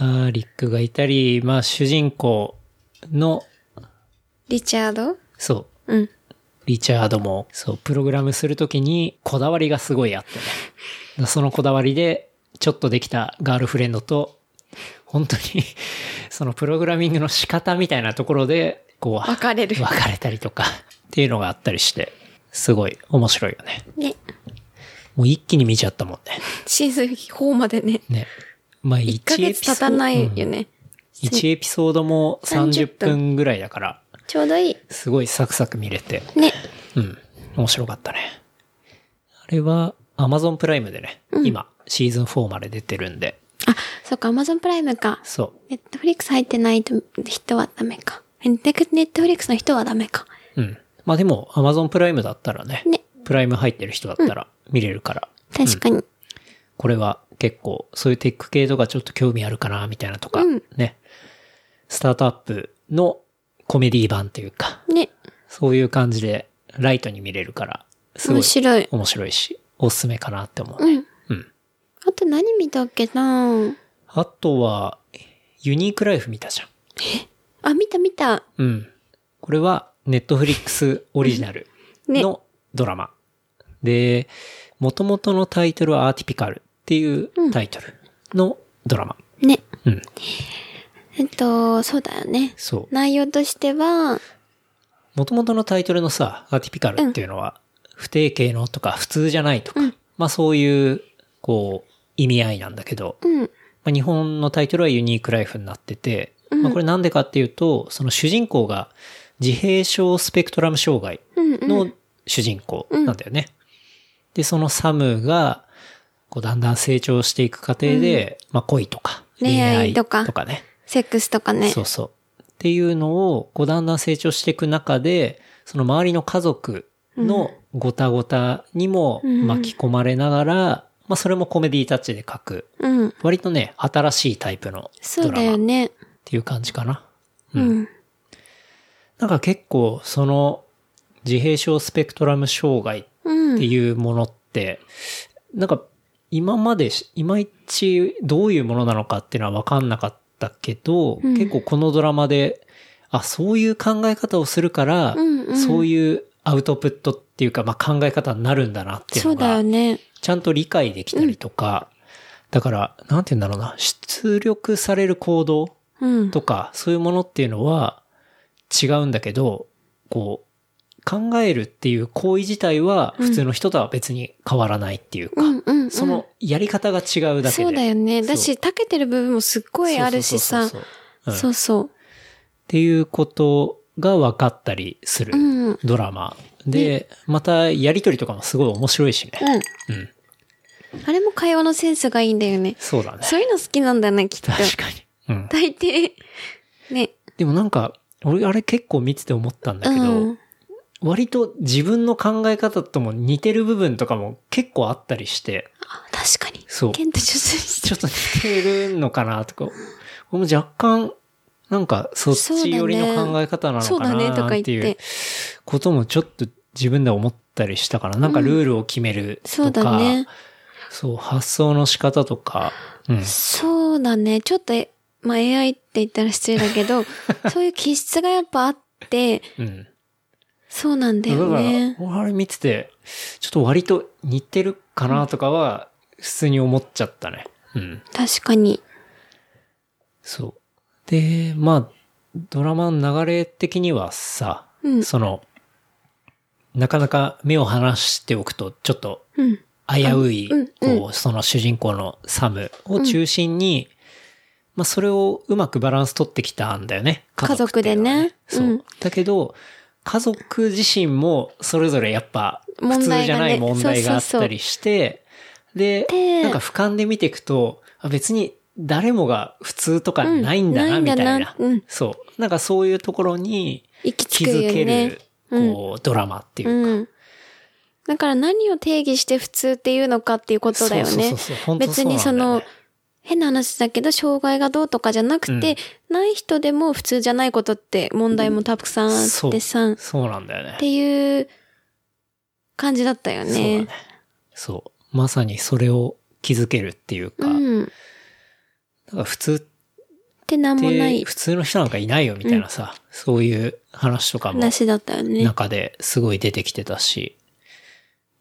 う。アーリックがいたり、まあ主人公の、リチャードそう、うん。リチャードも、そう、プログラムするときにこだわりがすごいあってね。そのこだわりで、ちょっとできたガールフレンドと、本当に、そのプログラミングの仕方みたいなところで、こう、別れる別れたりとか、っていうのがあったりして、すごい面白いよね。ね。もう一気に見ちゃったもんね。シーズン4までね。ね。まあ、1 1ヶ月経たないよね。 1エピソードも30 30分ぐらいだから、ちょうどいい。すごいサクサク見れて、ね。うん。面白かったね。あれは、Amazon プライムでね、今、シーズン4まで出てるんで、あ、そっか、アマゾンプライムか。そネットフリックス入ってないと人はダメか。ネットフリックスの人はダメか。う。うん。まあでも、Amazon プライムだったらね、ねプライム入ってる人だったら見れるから、確かに。これは結構、そういうテック系とかちょっと興味あるかな、みたいなとか、うんね。スタートアップのコメディ版というか、ね。そういう感じで、ライトに見れるから、すごい面白い。面白いし、おすすめかなって思う。うん。うん。あと何見たっけなあとは、ユニークライフ見たじゃん。あ、見た見た。うん。これは、ネットフリックスオリジナ ルねのドラマ。で、元々のタイトルはアーティピカルっていうタイトルのドラマ。ね。うん。えっと、そうだよね。そう。内容としては、元々のタイトルのさ、アーティピカルっていうのは、不定形のとか普通じゃないとか、まあそういう、こう、意味合いなんだけど、うん。まあ、日本のタイトルはユニークライフになってて、まあ、これなんでかっていうと、その主人公が自閉症スペクトラム障害の主人公なんだよね。で、そのサムが、こうだんだん成長していく過程で、まあ恋とか恋恋愛愛ととかかね。セックスとかね。そうそう。っていうのを、こうだんだん成長していく中で、その周りの家族のごたごたにも巻き込まれながら、まあそれもコメディタッチで書くうん。割とね、新しいタイプのそドうだラマよっね。ていう感じかな。うん。なんか結構、その、自閉症スペクトラム障害っうんて。いうものって、なんか、今までし、いまいちどういうものなのかっていうのは分かんなかったけど、うん結構このドラマで、あ、そういう考え方をするから、うんうんそういうアウトプットっていうか、まあ、考え方になるんだなっていうそのうだがよ、ね。ちゃんと理解できたりとか、だから、なんて言うんだろうな、出力される行動うん。とか、そういうものっていうのは違うんだけど、こう、考えるっていう行為自体は普通の人とは別に変わらないっていうか、うんうんうん。そのやり方が違うだけで。そうだよね。だそうし、たけてる部分もすっごいあるしさ。そうそうそうそううんそうそう。っていうことが分かったりするうん。うん。ドラマ。で、またやりとりとかもすごい面白いしね。うん。あれも会話のセンスがいいんだよね。そうだね。そういうの好きなんだね、きっと。確かに。うん。大抵。ね。でもなんか、俺あれ結構見てて思ったんだけど、うん。割と自分の考え方とも似てる部分とかも結構あったりして、あ確かに。そう。ケント出身してちょっと似てるのかなとか、俺も若干、なんかそっち寄りの考え方なのそうかだね、となかっ言っていうて。こともちょっと自分で思ったりしたから、なんかルールを決めるそうとか、だね。そう、発想の仕方とか、うん。そうだね。ちょっと、えまあ、AI って言ったら失礼だ けど、そういう気質がやっぱあって、うん。そうなんだだかよらね、。俺あれ見てて、ちょっと割と似てるかなとかは、普通に思っちゃったね。うん。確かに。そう。で、まあ、ドラマの流れ的にはさ、うんその、なかなか目を離しておくと、ちょっとうん。危うい、うんうんこう、その主人公のサムを中心に、まあ、それをうまくバランス取ってきたんだよね。っていうのは家族でねうんそう。だけど、家族自身もそれぞれやっぱ普問通題がねじゃない問題があったりして、で、でなんか俯瞰で見ていくと、あ別に誰もが普通とかうんないんだな、ないんみただいなな。うんそう。なんかそういうところに行き気着くづよけねる。、うんこう、ドラマっていうか。うん。だから何を定義して普通っていうのかっていうことだよそうそねう。そうそう別にその、、変な話だけど、障害がどうとかじゃなくて、ない人でも普通じゃないことって問題もたくさんあそっうてさ、っそうなんだよね。ていう感じだったよそうだねね。。そう。まさにそれを気づけるっていうか、うん。っだから普通ってなんもないて、普通の人なんかいないよみたいなさ、そういう話とかも話だったよね。中ですごい出てきてたし、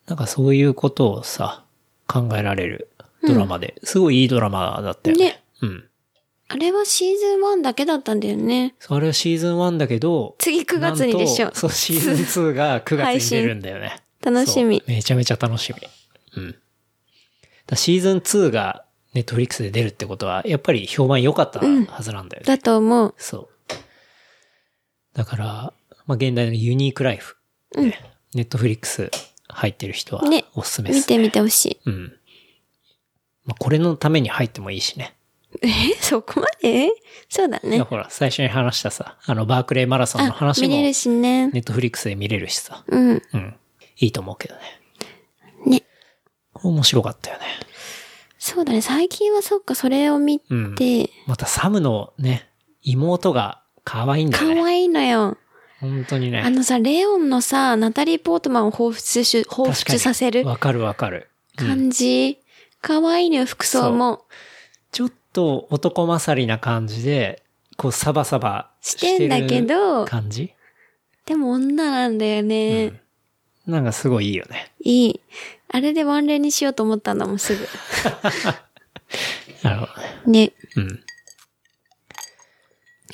なんかそういうことをさ、考えられるドラマで、すごいいいドラマだったよね。ねうん。あれはシーズン1だけだったんだよね。それはシーズン1だけど、次9月にでしなょんと。そう、シーズン2が9月 に出るんだよね。楽しみそう。めちゃめちゃ楽しみ。うん。だシーズン2がネットフリックスで出るってことは、やっぱり評判良かったはずなんだよね。だと思う。そう。だから、まあ、現代のユニークライフ、うんねネットフリックス入ってる人はねおすすめで見す、ねてみてほしい。うん。まあ、これのために入ってもいいしね。え そこまでそうだいやね。ほら、最初に話したさ、あの、バークレーマラソンのあ、話も、見れるネしね。ットフリックスで見れるしさ。うん。うん。いいと思うけどね。ね。これ面白かったよね。そうだね。最近はそっか、それを見うん。て、またサムのね、妹が可愛いんだ可よね。愛いのよ。本当にね。あのさ、レオンのさ、ナタリー・ポートマンを彷彿し、彷確かに彿させるわかるわかる。うん感じ。可愛いのよ、服装も。ちょっと男勝りな感じで、こうサバサバしてんだけど、感じ、でも女なんだよね。うん、なんかすごいいいよね。いい。あれでワンレンにしようと思ったんだもん、すなるほどね。ぐ。ね。うん。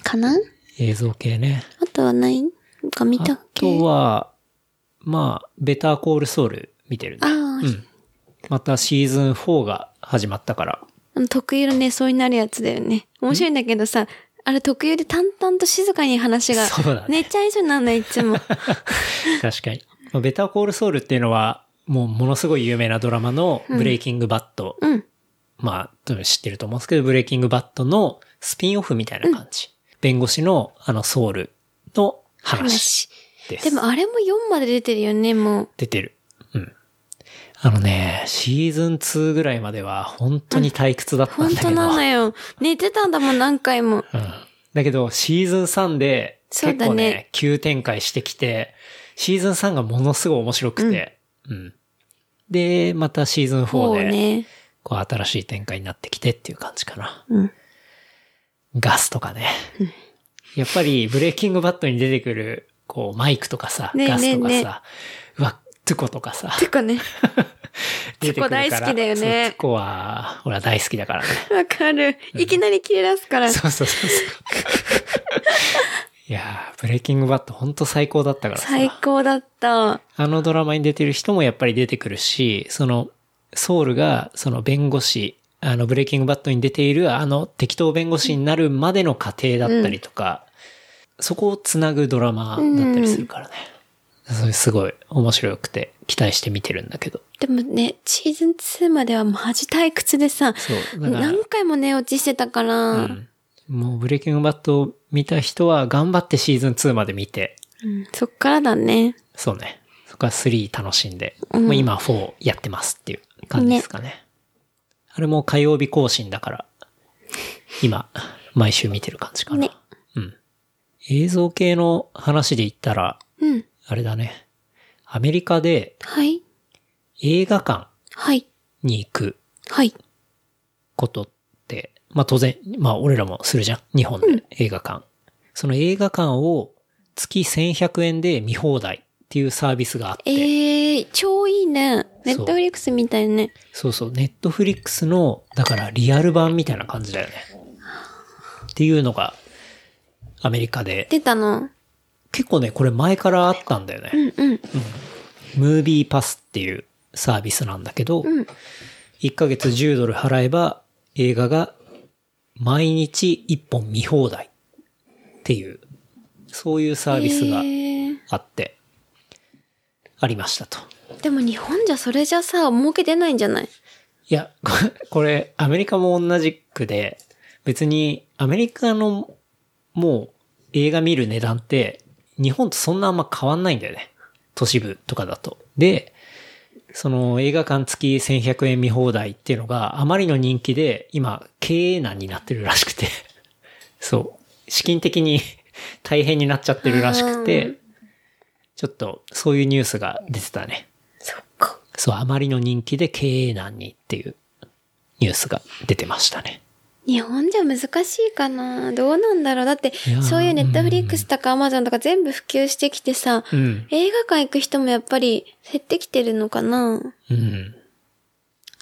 かな映像系ね。あとはないなんか見たあっけとは、まあ、ベターコールソウル見てるね。ああ、うん。またシーズン4が始まったから。あの特有の寝そうになるやつだよね。面白いんだけどさ、あれ特有で淡々と静かに話が。そうだね寝ちゃいそうになんない、い つも。確かに。まあベターコールソウルっていうのは、もうものすごい有名なドラマのブレイキングバット。うん。まあ、多分知ってると思うんですけど、ブレイキングバットのスピンオフみたいな感じ。弁護士のあのソウルの話話。です。でもあれも4まで出てるよね、もう。出てる。うん。あのね、シーズン2ぐらいまでは本当に退屈だったん本だけど。当なのよ。寝てたんだもん、何回も。うんだけど、シーズン3で、そう結だね構ね、急展開してきて、シーズン3がものすごい面白くて、うん。で、またシーズン4もうで、ね。こう新しい展開になってきてっていう感じかな。うん。ガスとかね。やっぱりブレイキングバットに出てくる、こうマイクとかさ、ねえガスとかさ、ねえねうわ、トゥコとかさ、てかね、出てくるから。トゥコ大好きだよねそうトゥコは、俺は大好きだからね。わかる。いきなり切れ出すから。そうそうそう そう。いやー、ブレイキングバットほんと最高だったからさ。最高だった。あのドラマに出てる人もやっぱり出てくるし、その、ソウルが、その弁護士、あの、ブレイキングバットに出ている、あの、適当弁護士になるまでの過程だったりとか、そこをつなぐドラマだったりするからね。それすごい面白くて、期待して見てるんだけど。でもね、シーズン2まではマジ退屈でさ、そう。だから、何回も寝落ちしてたから、うんもうブレイキングバットを見た人は頑張ってシーズン2まで見て、うんそっからだね。そうね。そこは3楽しんで、うんもう今4やってますっていう感じですかね。あれも火曜日更新だから、今、毎週見てる感じかな。ねうん。映像系の話で言ったら、うん。あれだね。アメリカではい。映画館はい。に行くはい。ことって、まあ当然、まあ俺らもするじゃん。日本で映画館。その映画館を月1100円で見放題っていうサービスがあって。えー、超いいね。ネそうットフリックスみたいね。そうそう、ネットフリックスの、だからリアル版みたいな感じだよね。っていうのが、アメリカで。出たの。結構ね、これ前からあったんだよね。うんうん。ムービーパスっていうサービスなんだけど、うん。 1ヶ月10ドル払えば映画が毎日1本見放題っていう、そういうサービスがえーあって、ありましたと。でも日本じゃそれじゃさ、儲け出ないんじゃないいや、これ、これアメリカも同じくで、別にアメリカのもう映画見る値段って日本とそんなあんま変わんないんだよね。都市部とかだと。で、その映画館付き1100円見放題っていうのがあまりの人気で今経営難になってるらしくて。 そう。資金的に 大変になっちゃってるらしくうて、ちょっとそういうニュースが出てたね。そっか。そう、あまりの人気で経営難にっていうニュースが出てましたね。日本じゃ難しいかなどうなんだろうだってやー、そういうネットフリックスとかアマゾンとか全部普及してきてさ、うん。映画館行く人もやっぱり減ってきてるのかなうん。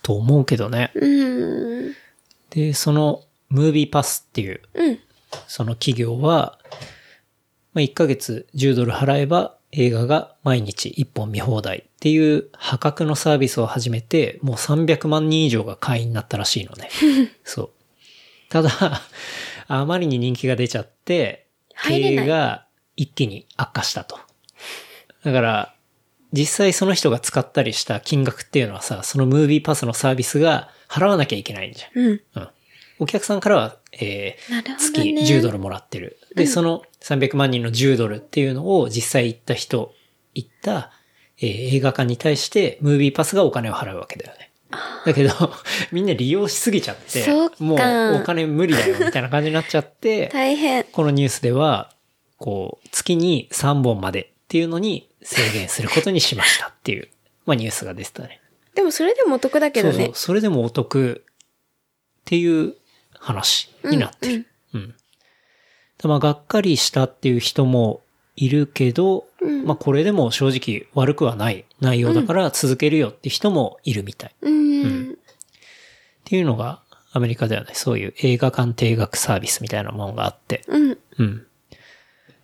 と思うけどね。うん。で、その、ムービーパスっていう、うん。その企業は、まあ、1ヶ月10ドル払えば映画が毎日1本見放題っていう破格のサービスを始めて、もう300万人以上が会員になったらしいの ね。そう。ただ、あまりに人気が出ちゃって、経入れない営が一気に悪化したと。だから、実際その人が使ったりした金額っていうのはさ、そのムービーパスのサービスが払わなきゃいけないんじゃん。うん。うん。お客さんからは、えーなるほど月ね。 10ドルもらってる。で、うんその300万人の10ドルっていうのを実際行った人、行った、えー映画館に対してムービーパスがお金を払うわけだよね。だけど、 みんな利用しすぎちゃってそっか、もうお金無理だよみたいな感じになっちゃっ て、大変。このニュースでは、こう、月に3本までっていうのに制限することにしましたっていう、まあニュースが出てたね。でもそれでもお得だけどそうねそう。。それでもお得っていう話になってる。うん。でまあ、がっかりしたっていう人もいるけど、うんまあ、これでも正直悪くはない内容だから続けるよって人もいるみたい。うん。っていうのが、アメリカではね、そういう映画館定額サービスみたいなものがあって。うん。うん。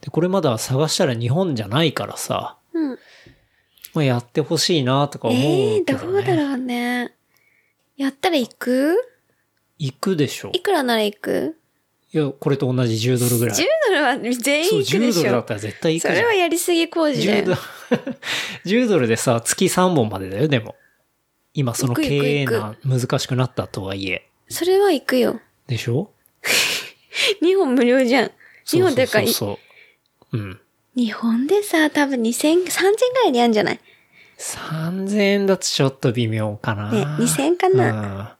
で、これまだ探したら日本じゃないからさ、うん。まあ、やってほしいなとか思うええけー、ど、どねうだろうね。やったら行く行くでしょ。いくらなら行くいや、これと同じ10ドルぐらい。 ?10 ドルは全員行くでそう、10ドしルだょっ。たら絶対行そくじれゃんは。やりすぎ工事だ10ドよル。、10ドルでさ、月3本までだよ、でも。今その行く経行く営行く難難しくなったとはいえ。それは行くよ。でしょ日本無料じゃん。日本というか、そうそうそうそう。うん。日本でさ、多分2000、3000ぐらいでやんじゃない3000円だとちょっと微妙かな。ね2000かな、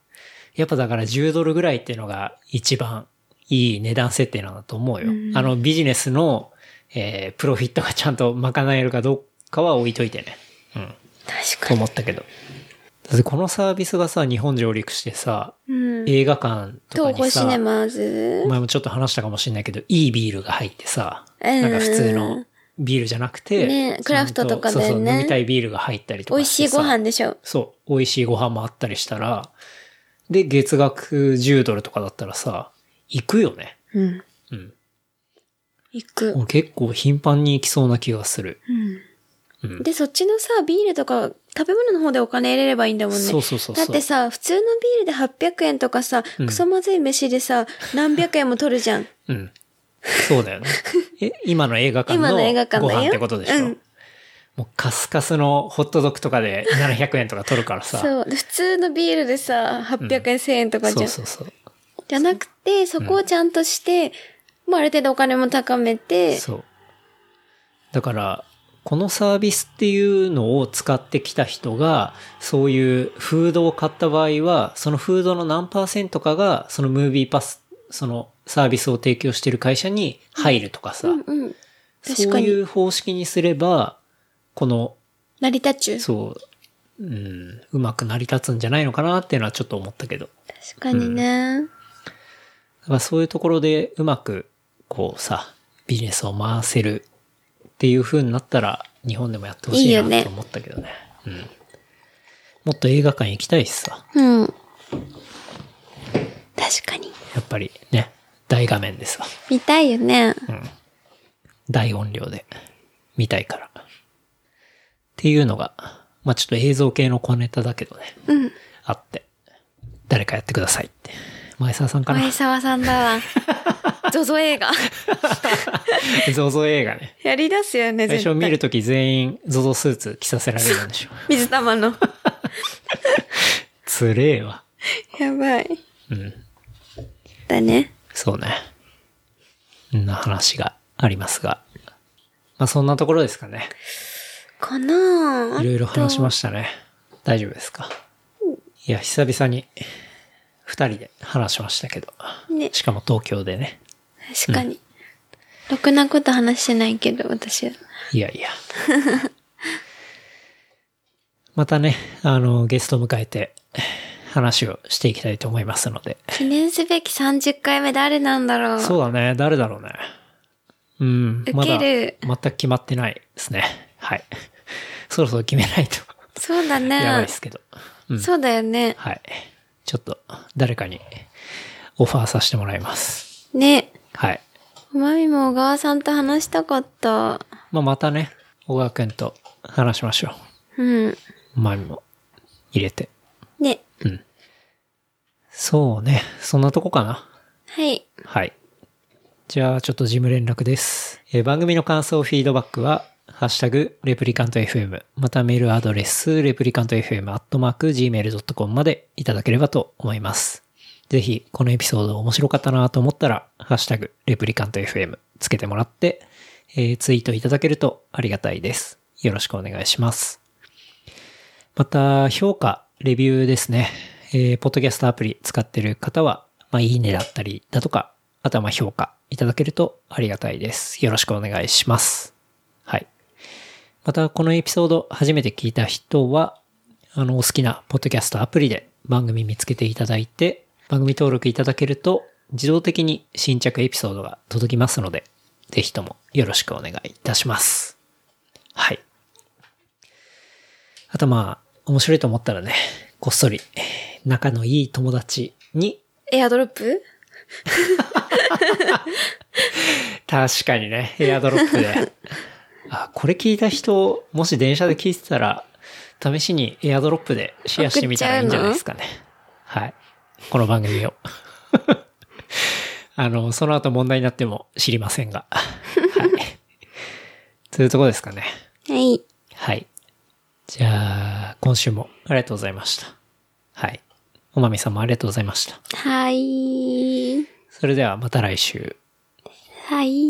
やっぱだから10ドルぐらいっていうのが一番いい値段設定なんだと思うよ。うんあのビジネスの、えープロフィットがちゃんと賄えるかどうかは置いといてね。うん。確とかに。思ったけど。だってこのサービスがさ、日本上陸してさ、うん。映画館とかに東宝シさ、ネマーズ。前もちょっと話したかもしれないけど、いいビールが入ってさ、うんなんか普通のビールじゃなくて、ねクラフトとかだちゃんよねそうそう、飲みたいビールが入ったりと美か味ししいてさご飯でしょ。そう、美味しいご飯もあったりしたら、で、月額10ドルとかだったらさ、行くよね。うん。うん。行く。もう結構頻繁に行きそうな気がする。ううんん。で、そっちのさ、ビールとか、食べ物の方でお金入れればいいんだもんね。そうそうそうそうだってさ、普通のビールで800円とかさ、うんクソまずい飯でさ、何百円も取るじゃん。うん。そうだよ ね。え、今の映画館今の映画館のだごよ飯ってことでしょ。うんもうカスカスのホットドッグとかで700円とか取るから さ。そう。で普通のビールでさ、800円、1000円とかじゃそん。うそうそう。じゃなくて、そこをちゃんとして、まあある程度お金も高めて、そう。だから、このサービスっていうのを使ってきた人が、そういうフードを買った場合は、そのフードの何パーセントかが、そのムービーパス、そのサービスを提供してる会社に入るとかさ、うんうん。確そうかにいう方式にすれば、この、成り立ちゅう。そう、うん、うまく成り立つんじゃないのかなっていうのはちょっと思ったけど。確かにね。だからそういうところでうまく、こうさ、ビジネスを回せるっていう風になったら、日本でもやってほしいいいよねなと思ったけどね。うん。もっと映画館行きたいしさ、うん。確かに。やっぱりね、大画面でさ、見たいよね。大音量で見たいから。っていうのが、まあちょっと映像系の小ネタだけどね、うん。あって、誰かやってくださいって。前澤さんかな前沢さんだ わ。ゾゾ映画。 ゾゾ映画ね。やりだすよね、最絶対初見るとき全員ゾゾスーツ着させられるんでしょ。水 玉の。つれえわ。やばい。うん。だね。そうね。んな話がありますが。まあそんなところですかね。かなあいろいろ話しまししたね。大丈夫ですかいや、久々に二人で話しましたけど。ねしかも東京でね。確かに。ろくなこと話してないけど、私は。いやい や。またね、あの、ゲストを迎えて話をしていきたいと思いますので。記念すべき30回目誰なんだろう。そうだね。誰だろうね。うん。受まだける全く決まってないですね。はい。 そろそろ決めないと。そうだね。やばいですけど。うん。そうだよね。はい。ちょっと、誰かにオファーさせてもらいます。ね。はい。まみも小川さんと話したかった。まあ、またね、小川くんと話しましょうん。う。まみも入れて。ね。うん。そうね。そんなとこかな。はい。はい。じゃあ、ちょっと事務連絡です。えー番組の感想、フィードバックは、ハッシュタグ、レプリカント FM、またメールアドレス、レプリカント FM、アットマーク、gmail.com までいただければと思います。ぜひ、このエピソード面白かったなと思ったら、ハッシュタグ、レプリカント FM つけてもらって、えーツイートいただけるとありがたいです。よろしくお願いします。また、評価、レビューですね。えーポッドキャストアプリ使ってる方は、まあ、いいねだったりだとか、あとはまあ評価いただけるとありがたいです。よろしくお願いします。はい。また、このエピソード初めて聞いた人は、あの、お好きなポッドキャストアプリで番組見つけていただいて、番組登録いただけると、自動的に新着エピソードが届きますので、ぜひともよろしくお願いいたします。はい。あとまあ、面白いと思ったらね、こっそり、えー仲のいい友達に、エアドロップ確かにね、エアドロップで。あ、これ聞いた人、もし電車で聞いてたら、試しにエアドロップでシェアしてみたらいいんじゃないですかね。はい。この番組を。 あの、その後問題になっても知りませんが。はい。というところですかね。はい。はい。じゃあ、今週もありがとうございました。はい。おまみさんもありがとうございました。はい。それではまた来週。はい。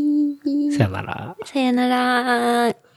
さよなら。さよなら。